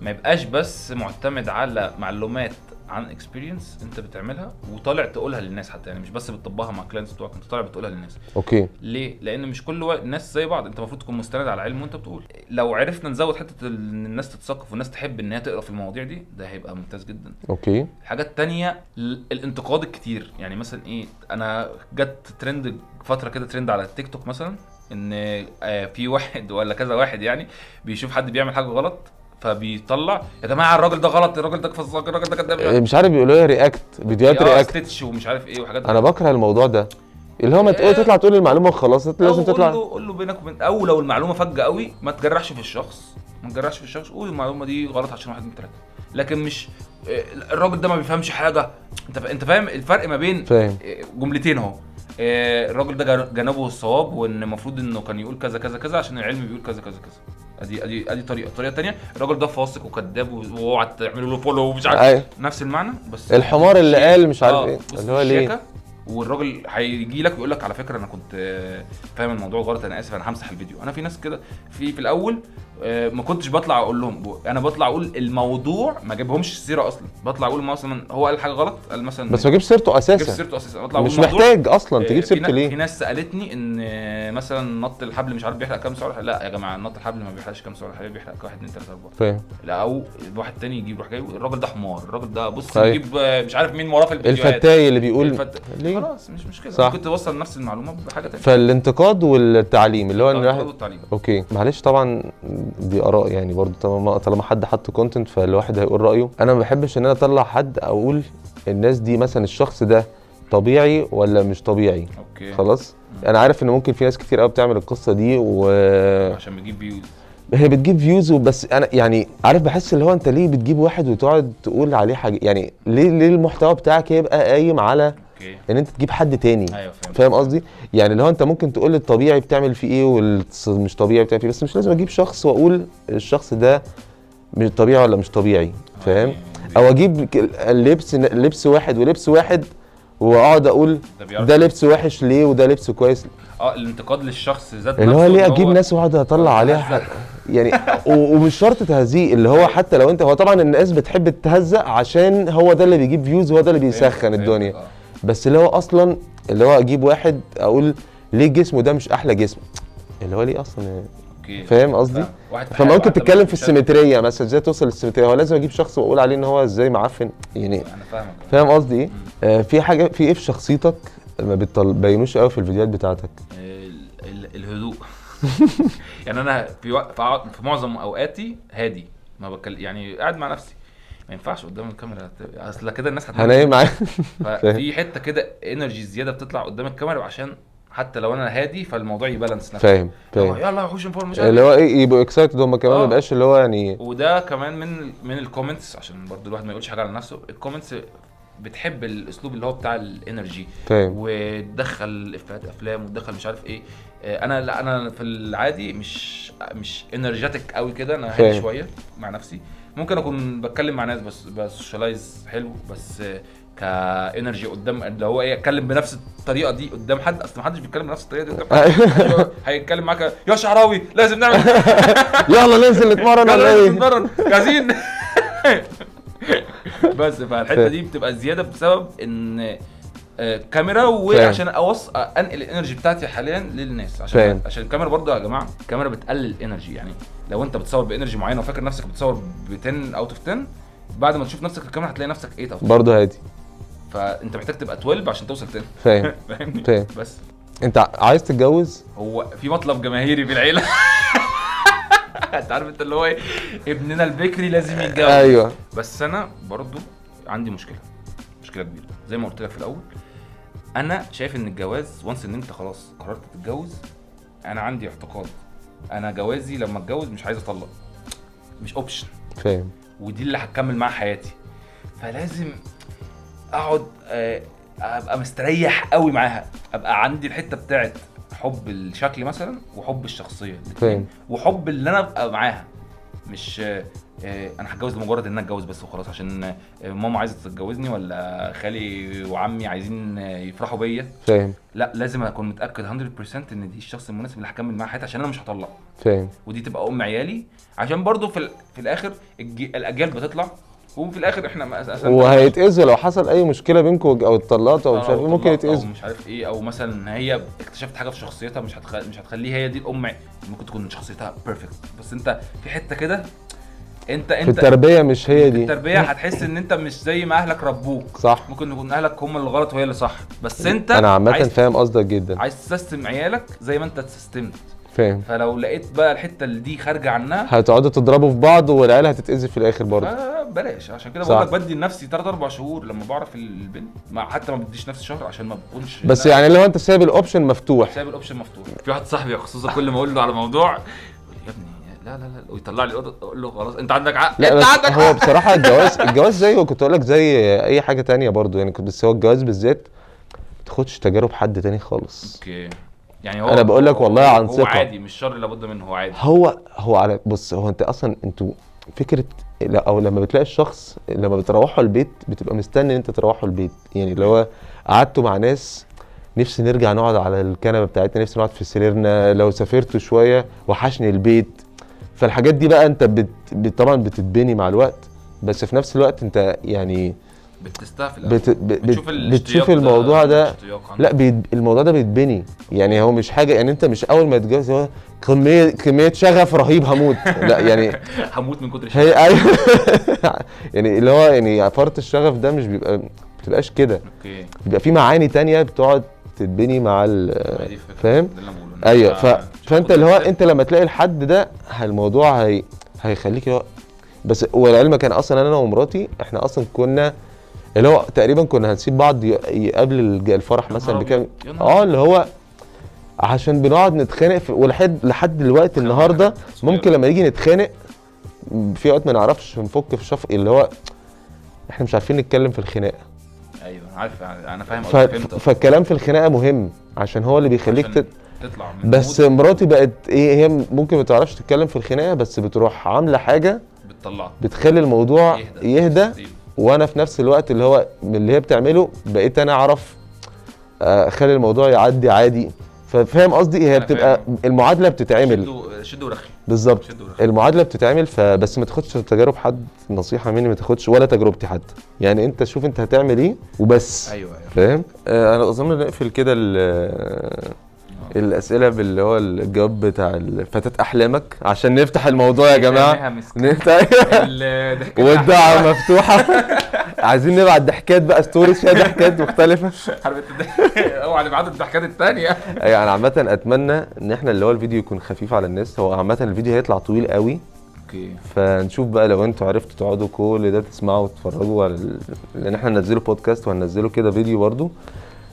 B: ما يبقاش بس معتمد على معلومات عن اكسبيرينس انت بتعملها وطالع تقولها للناس حتى يعني مش بس بتطبقها مع كلاينتس بتوعك انت طالع بتقولها للناس
C: اوكي
B: ليه؟ لأن مش كل وا- الناس زي بعض، أنت المفروض تكون مستند على علم وأنت بتقول. لو عرفنا نزود حتة ال- إن الناس تتثقف والناس تحب إن هي تقرا في المواضيع دي، ده هيبقى ممتاز جدا.
C: اوكي
B: الحاجة التانية ال- الانتقاد الكتير يعني مثلا ايه انا جت ترند فترة كده ترند على التيك توك مثلا ان آه، في واحد ولا كذا واحد يعني بيشوف حد بيعمل حاجة غلط فبيطلع يا جماعة الراجل ده غلط الراجل ده فزاك الراجل ده
C: إيه،
B: كذاب
C: مش عارف بيقولوا ايه رياكت فيديوهات
B: آه،
C: رياكت
B: ستيتش ومش عارف ايه وحاجات
C: انا بكره الموضوع ده اللي هو ما
B: إيه.
C: تقول تطلع تقول المعلومه وخلاص انت لازم
B: أو قول
C: تطلع
B: له قول له بينك وبين او لو المعلومه فجه قوي ما تجرحش في الشخص ما تجرحش في الشخص قول المعلومه دي غلط عشان واحد من ثلاثه لكن مش إيه، الراجل ده ما بيفهمش حاجه انت فا- انت فاهم الفرق ما بين
C: فاهم
B: إيه، جملتين اهو إيه، الراجل ده جن- جنبه الصواب وان المفروض انه كان يقول كذا كذا كذا عشان العلم بيقول كذا كذا كذا ادي ادي ادي طريقه الطريقه الثانيه الراجل ده فاسق وكذاب واوعى تعملوا له فولو ومش عارف
C: أيوة.
B: نفس المعنى بس
C: الحمار اللي قال مش عارف
B: آه،
C: ايه
B: بص
C: اللي هو ليه
B: الشياكة، والراجل هيجي لك ويقول لك على فكره انا كنت آه، فاهم الموضوع غلط انا اسف انا همسح الفيديو انا في ناس كده في في الاول آه، ما كنتش بطلع اقول لهم انا بطلع اقول الموضوع ما جايبهمش السيره اصلا بطلع اقول مثلا هو قال حاجه غلط قال مثلا
C: بس ما تجيبش سيرته
B: جبت
C: اساسا
B: سيرته اساسا بطلع أقول
C: مش
B: الموضوع.
C: محتاج اصلا
B: آه،
C: تجيب
B: في
C: سيرته
B: نا-
C: ليه
B: في ناس سالتني ان آه، مثلا نط الحبل مش عارف بيحرق كام سعر لا يا جماعه نط الحبل ما بيحرقش كام سعر الحراري بيحرق 1 2 3 4
C: فاهم
B: لا او واحد تاني يجيب يروح جايب الراجل ده حمار الراجل ده بص
C: طيب.
B: يجيب آه، مش عارف مين وراه في الفيديوهات
C: الفتاي اللي بيقول
B: الفت...
C: ليه
B: يعني خلاص مش مشكله
C: طيب. صح.
B: ممكن توصل نفس المعلومه بحاجه تانية
C: فالانتقاد والتعليم اللي هو ان
B: التعليم
C: الواحد
B: والتعليم
C: اوكي معلش طبعا دي اراء يعني برضو طالما طالما حد حط كونتنت فالواحد هيقول رايه انا ما بحبش ان انا اطلع حد اقول الناس دي مثلا الشخص ده طبيعي ولا مش طبيعي
B: اوكي
C: خلاص
B: مم.
C: انا عارف ان ممكن في ناس كتير قوي بتعمل القصه دي و
B: عشان بيجيب فيوز
C: هي بتجيب فيوز وبس انا يعني عارف بحس اللي هو انت ليه بتجيب واحد وتقعد تقول عليه حاجه يعني ليه ليه المحتوى بتاعك يبقى قايم على
B: اوكي
C: ان انت تجيب حد تاني
B: ايوه فهمت
C: فاهم قصدي؟ يعني اللي هو انت ممكن تقول الطبيعي بتعمل فيه ايه والمش طبيعي بتعمل فيه إيه، بس مش لازم اجيب شخص واقول الشخص ده مش طبيعي ولا مش طبيعي فاهم؟
B: يعني
C: او اجيب ك- لبس لبس واحد ولبس واحد واقعد اقول
B: ده بيعرف
C: ده لبس وحش ليه وده لبس كويس
B: اه الانتقاد للشخص ذات
C: اللي هو
B: نفسه
C: ليه
B: إن
C: اجيب ناس واقعد اطلع عليها
B: هزأ.
C: حاجة يعني و- ومش شرط تهزيه اللي هو حتى لو انت هو طبعا الناس بتحب تهزق عشان هو ده اللي بيجيب فيوز هو ده اللي بيسخن
B: فهمتك،
C: الدنيا
B: آه.
C: بس اللي هو اصلا اللي هو اجيب واحد اقول ليه جسمه ده مش احلى جسم اللي هو ليه اصلا
B: اوكي
C: فاهم قصدي؟
B: واحد في حاله،
C: فممكن
B: واحد
C: تتكلم
B: ممكن
C: في
B: يشارك.
C: السيمتريه مثلا ازاي توصل للسيمتريه هو لازم اجيب شخص واقول عليه ان هو ازاي معفن يعني
B: انا فاهمك
C: فاهم قصدي ايه؟ آه في حاجه في ايه في شخصيتك ما بتبينوش قوي في الفيديوهات بتاعتك
B: ال- ال- الهدوء يعني انا في وق- في عو- في معظم اوقاتي هادي ما بكل يعني قاعد مع نفسي ما ينفعش قدام الكاميرا ت- اصل كده الناس
C: هنايم معاك
B: ففي حته كده انرجي زياده بتطلع قدام الكاميرا عشان حتى لو انا هادي فالموضوع يبالانس نفسه
C: فاهم
B: هو
C: فاهم
B: يلا يا وحوش انفورم مش عارف
C: اللي هو ايه يبقوا اكسايتد هم كمان ما
B: آه.
C: يبقاش اللي هو يعني
B: وده كمان من من الكومنتس عشان برضو الواحد ما يقولش حاجه على نفسه الكومنتس بتحب الاسلوب اللي هو بتاع الانرجي
C: فاهم
B: وتدخل افيهات افلام وتدخل مش عارف ايه آه، انا لا انا في العادي مش مش انرجيتك قوي كده انا هادي
C: فاهم.
B: شويه مع نفسي ممكن اكون بتكلم مع ناس بس بسوشيالايز حلو بس آه، كانرجي قدام اللي هو ايه اتكلم بنفس الطريقه دي قدام حد اصل ما حدش بيتكلم بنفس الطريقه دي قدام حد هيتكلم معاك يا شعراوي لازم نعمل
C: يلا ننزل نتمرن ولا
B: يلا
C: ايه
B: نتمرن جاهزين بس فالحته دي بتبقى زياده بسبب ان آه، كاميرا وعشان اوص انقل الانرجي بتاعتي حاليا للناس عشان
C: فاهم.
B: عشان الكاميرا برضه يا جماعه الكاميرا بتقلل الانرجي يعني لو انت بتصور بانرجي معينه وفاكر نفسك بتصور ب 10 اوت اوف 10 بعد ما تشوف نفسك الكاميرا هتلاقي نفسك 8 اوت
C: برضه هادي
B: فانت محتاج تبقى 12 عشان توصل 10
C: فاهم
B: فاهمني
C: فاهم
B: بس
C: انت ع- عايز تتجوز
B: هو في مطلب جماهيري في العيله انت عارف انت اللي هو ايه ابننا البكري لازم يتجوز
C: ايوه
B: بس انا برضو عندي مشكله مشكله كبيره زي ما قلت لك في الاول انا شايف ان الجواز وانس ان انت خلاص قررت تتجوز انا عندي اعتقاد انا جوازي لما اتجوز مش عايز اطلق مش اوبشن
C: فاهم
B: ودي اللي هكمل معاها حياتي فلازم اقعد آه، ابقى مستريح قوي معاها ابقى عندي الحته بتاعت حب الشكل مثلا وحب الشخصيه الاتنين. وحب اللي انا ابقى معاها مش آه، آه، انا هتجوز لمجرد ان انا اتجوز بس وخلاص عشان آه، ماما عايزه تتجوزني ولا خالي وعمي عايزين آه، يفرحوا بيا
C: فاهم
B: لا لازم اكون متاكد 100% ان دي الشخص المناسب اللي هكمل معاه حياتي عشان انا مش هطلق
C: فاهم
B: ودي تبقى ام عيالي عشان برضو في, ال- في الاخر الجي... الاجيال بتطلع وفي الاخر احنا ما- أساساً
C: وهيتأذوا لو حصل اي مشكله بينكم او اتطلقتوا او مش
B: آه،
C: عارف ايه ممكن
B: طلقت او
C: يتأذوا
B: مش عارف ايه او مثلا ان هي اكتشفت حاجه في شخصيتها مش هتخ... مش هتخليها هي دي الام عي- ممكن تكون شخصيتها بيرفكت بس انت في حته كده انت
C: في
B: انت
C: التربيه مش هي
B: في
C: دي
B: التربيه هتحس ان انت مش زي ما اهلك ربوك
C: صح
B: ممكن يكون اهلك هم اللي غلط وهي اللي صح بس انت
C: انا عامه
B: عايز...
C: فاهم قصدك جدا
B: عايز تسيستم عيالك زي ما انت اتسيستمت
C: فاهم
B: فلو لقيت بقى الحته اللي دي خارجه عنها
C: هتقعدوا تضربوا في بعض والعيال هتتأذي في الاخر برضه
B: آه بلاش عشان كده
C: صح.
B: بقول لك بدي لنفسي 3 4 شهور لما بعرف البنت ما حتى ما بديش نفسي شهر عشان ما بكونش
C: بس
B: لا،
C: يعني لو انت سايب الاوبشن مفتوح
B: سايب الاوبشن مفتوح في واحد صاحبي خصوصا كل ما اقول له على موضوع يقول لي يا ابني لا لا لا ويطلع لي الأوضة، اقول له خلاص انت عندك عقل
C: لا
B: انت
C: بس
B: عندك
C: هو
B: عقل
C: بصراحه الجواز الجواز زيه كنت اقول لك زي اي حاجه تانية برضه يعني كنت بس هو الجواز بالذات ما تاخدش تجارب حد تاني خالص
B: اوكي يعني
C: أنا بقول لك والله عن
B: هو
C: ثقة.
B: عادي مش شر لابد منه هو عادي
C: هو هو على بص هو انت اصلا انتوا فكره لا- او لما بتلاقي الشخص لما بتروحوا البيت بتبقى مستني ان انت تروحوا البيت يعني اللي هو قعدتوا مع ناس نفسي نرجع نقعد على الكنبه بتاعتنا نفسي نقعد في سريرنا لو سافرتوا شويه وحشني البيت فالحاجات دي بقى انت بت... بت... طبعا بتتبني مع الوقت بس في نفس الوقت انت يعني
B: بتستهفل
C: بت... ب... بت...
B: بتشوف الاشتياق
C: بتشوف
B: ده-
C: الموضوع ده
B: الاشتياق عندك.
C: لا بيت... الموضوع ده بيتبني يعني هو مش حاجه يعني انت مش اول ما تتجوز هو كميه كميه شغف رهيب هموت لا يعني
B: هموت من كتر الشر
C: هي ايوه يعني اللي هو يعني فرط الشغف ده مش بيبقى ما بتبقاش كده
B: اوكي
C: بيبقى في معاني تانية بتقعد تتبني مع ال
B: ما دي الفكرة.
C: آه، فاهم؟
B: ده اللي انا بقوله آه، إن
C: ايوه
B: أنت
C: ف...
B: مش هتاخد
C: فانت اللي هو
B: الحاجات.
C: انت لما تلاقي الحد ده الموضوع هي... هيخليك اللي هو بس ولعلمك انا اصلا انا ومراتي احنا اصلا كنا اللي هو تقريبا كنا هنسيب بعض ي... ي- قبل الج- الفرح
B: يا
C: مثلا
B: نهار
C: بكام
B: أبيض، يا نهار
C: اه اللي هو عشان بنقعد نتخانق في... ولحد لحد دلوقتي
B: خناقة
C: النهارده
B: صغيرة.
C: ممكن لما نيجي نتخانق في وقت ما نعرفش نفك في شف اللي هو احنا مش عارفين نتكلم في الخناقه
B: ايوف انا أيوة، عارف انا فاهم
C: ف...
B: قصدك فهمت قصدك.
C: فالكلام في الخناقه مهم عشان هو اللي بيخليك
B: عشان
C: تت...
B: تطلع من
C: بس
B: المود
C: مراتي بقت ايه هي ممكن ما تعرفش تتكلم في الخناقه بس بتروح عامله حاجه
B: بتطلعك
C: بتخلي الموضوع
B: يهدى.
C: يهدى, آه، يهدى
B: أيوة.
C: وانا في نفس الوقت اللي هو من اللي هي بتعمله بقيت انا اعرف آه، اخلي الموضوع يعدي عادي فاهم قصدي هي
B: أنا
C: بتبقى المعادله بتتعمل
B: شد ورخي
C: بالظبط
B: شد ورخي
C: المعادله بتتعمل فبس ما تاخدش تجارب حد نصيحه مني ما تاخدش ولا تجربتي حتى يعني انت شوف انت هتعمل ايه وبس
B: ايوه ايوه
C: فاهم آه، انا اظن نقفل كده ال- الاسئله باللي هو الجواب بتاع فتاه احلامك عشان نفتح الموضوع يا جماعه نفتح والدعوه مفتوحه عايزين نبعت ضحكات بقى ستوريز فيها ضحكات مختلفه
B: حربة الضحك اوعى نبعت الضحكات الثانيه
C: ايوه انا عامه اتمنى ان احنا اللي هو الفيديو يكون خفيف على الناس هو عامه الفيديو هيطلع طويل قوي
B: اوكي
C: فنشوف بقى لو انتوا عرفتوا تقعدوا كل ده تسمعوا وتتفرجوا على ال... لان احنا هننزله بودكاست وهننزله كده فيديو برضو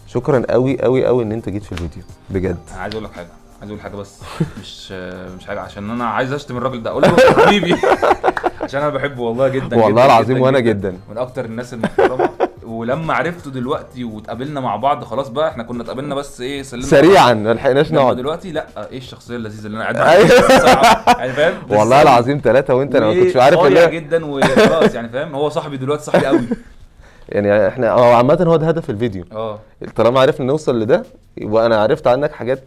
C: شكرا قوي قوي قوي ان انت جيت في الفيديو بجد
B: انا عايز اقول لك حاجه عايز اقول حاجه بس مش مش حاجه عشان انا عايز اشتم الراجل ده اقول له حبيبي عشان انا بحبه والله جدا
C: والله
B: جداً
C: العظيم وانا جداً.
B: من اكتر الناس المحترمه ولما عرفته دلوقتي واتقابلنا مع بعض خلاص بقى احنا كنا اتقابلنا بس ايه سلمنا
C: سريعا ما لحقناش
B: لما
C: نقعد
B: دلوقتي لا ايه الشخصيه اللذيذه اللي انا قاعد
C: أيوه.
B: معاها؟ يعني فاهم لسه
C: والله العظيم ثلاثة وانت انا ما كنتش عارف
B: وقايع
C: اللي هي-
B: جدا وخلاص يعني فاهم هو صاحبي دلوقتي صاحبي قوي
C: يعني احنا هو عامة هو ده هدف الفيديو
B: اه
C: طالما عرفنا نوصل لده وانا عرفت عنك حاجات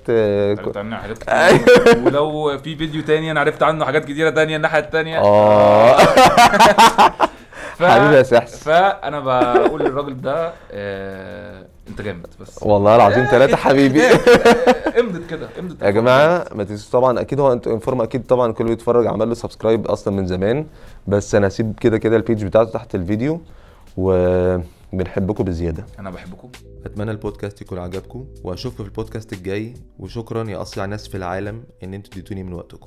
C: آه،
B: عرفت
C: ك-
B: عنه حاجات كتير.
C: أيوه.
B: ولو في فيديو تاني انا عرفت عنه حاجات كتيره تانية الناحيه التانية
C: اه
B: ف...
C: حبيبي يا سحس
B: فانا بقول للراجل ده آه... انت جامد بس
C: والله العظيم ثلاثة حبيبي
B: آه، امضت كده امضت
C: يا جماعه ما تنسوش طبعا اكيد هو انتوا انفورم اكيد طبعا كله بيتفرج عمل له سبسكرايب اصلا من زمان بس انا هسيب كده كده البيج بتاعته تحت الفيديو وبنحبكم بزياده
B: انا بحبكم
A: اتمنى البودكاست يكون عجبكم واشوفكم في البودكاست الجاي وشكرا يا اصيع ناس في العالم ان انتوا اديتوني من وقتكم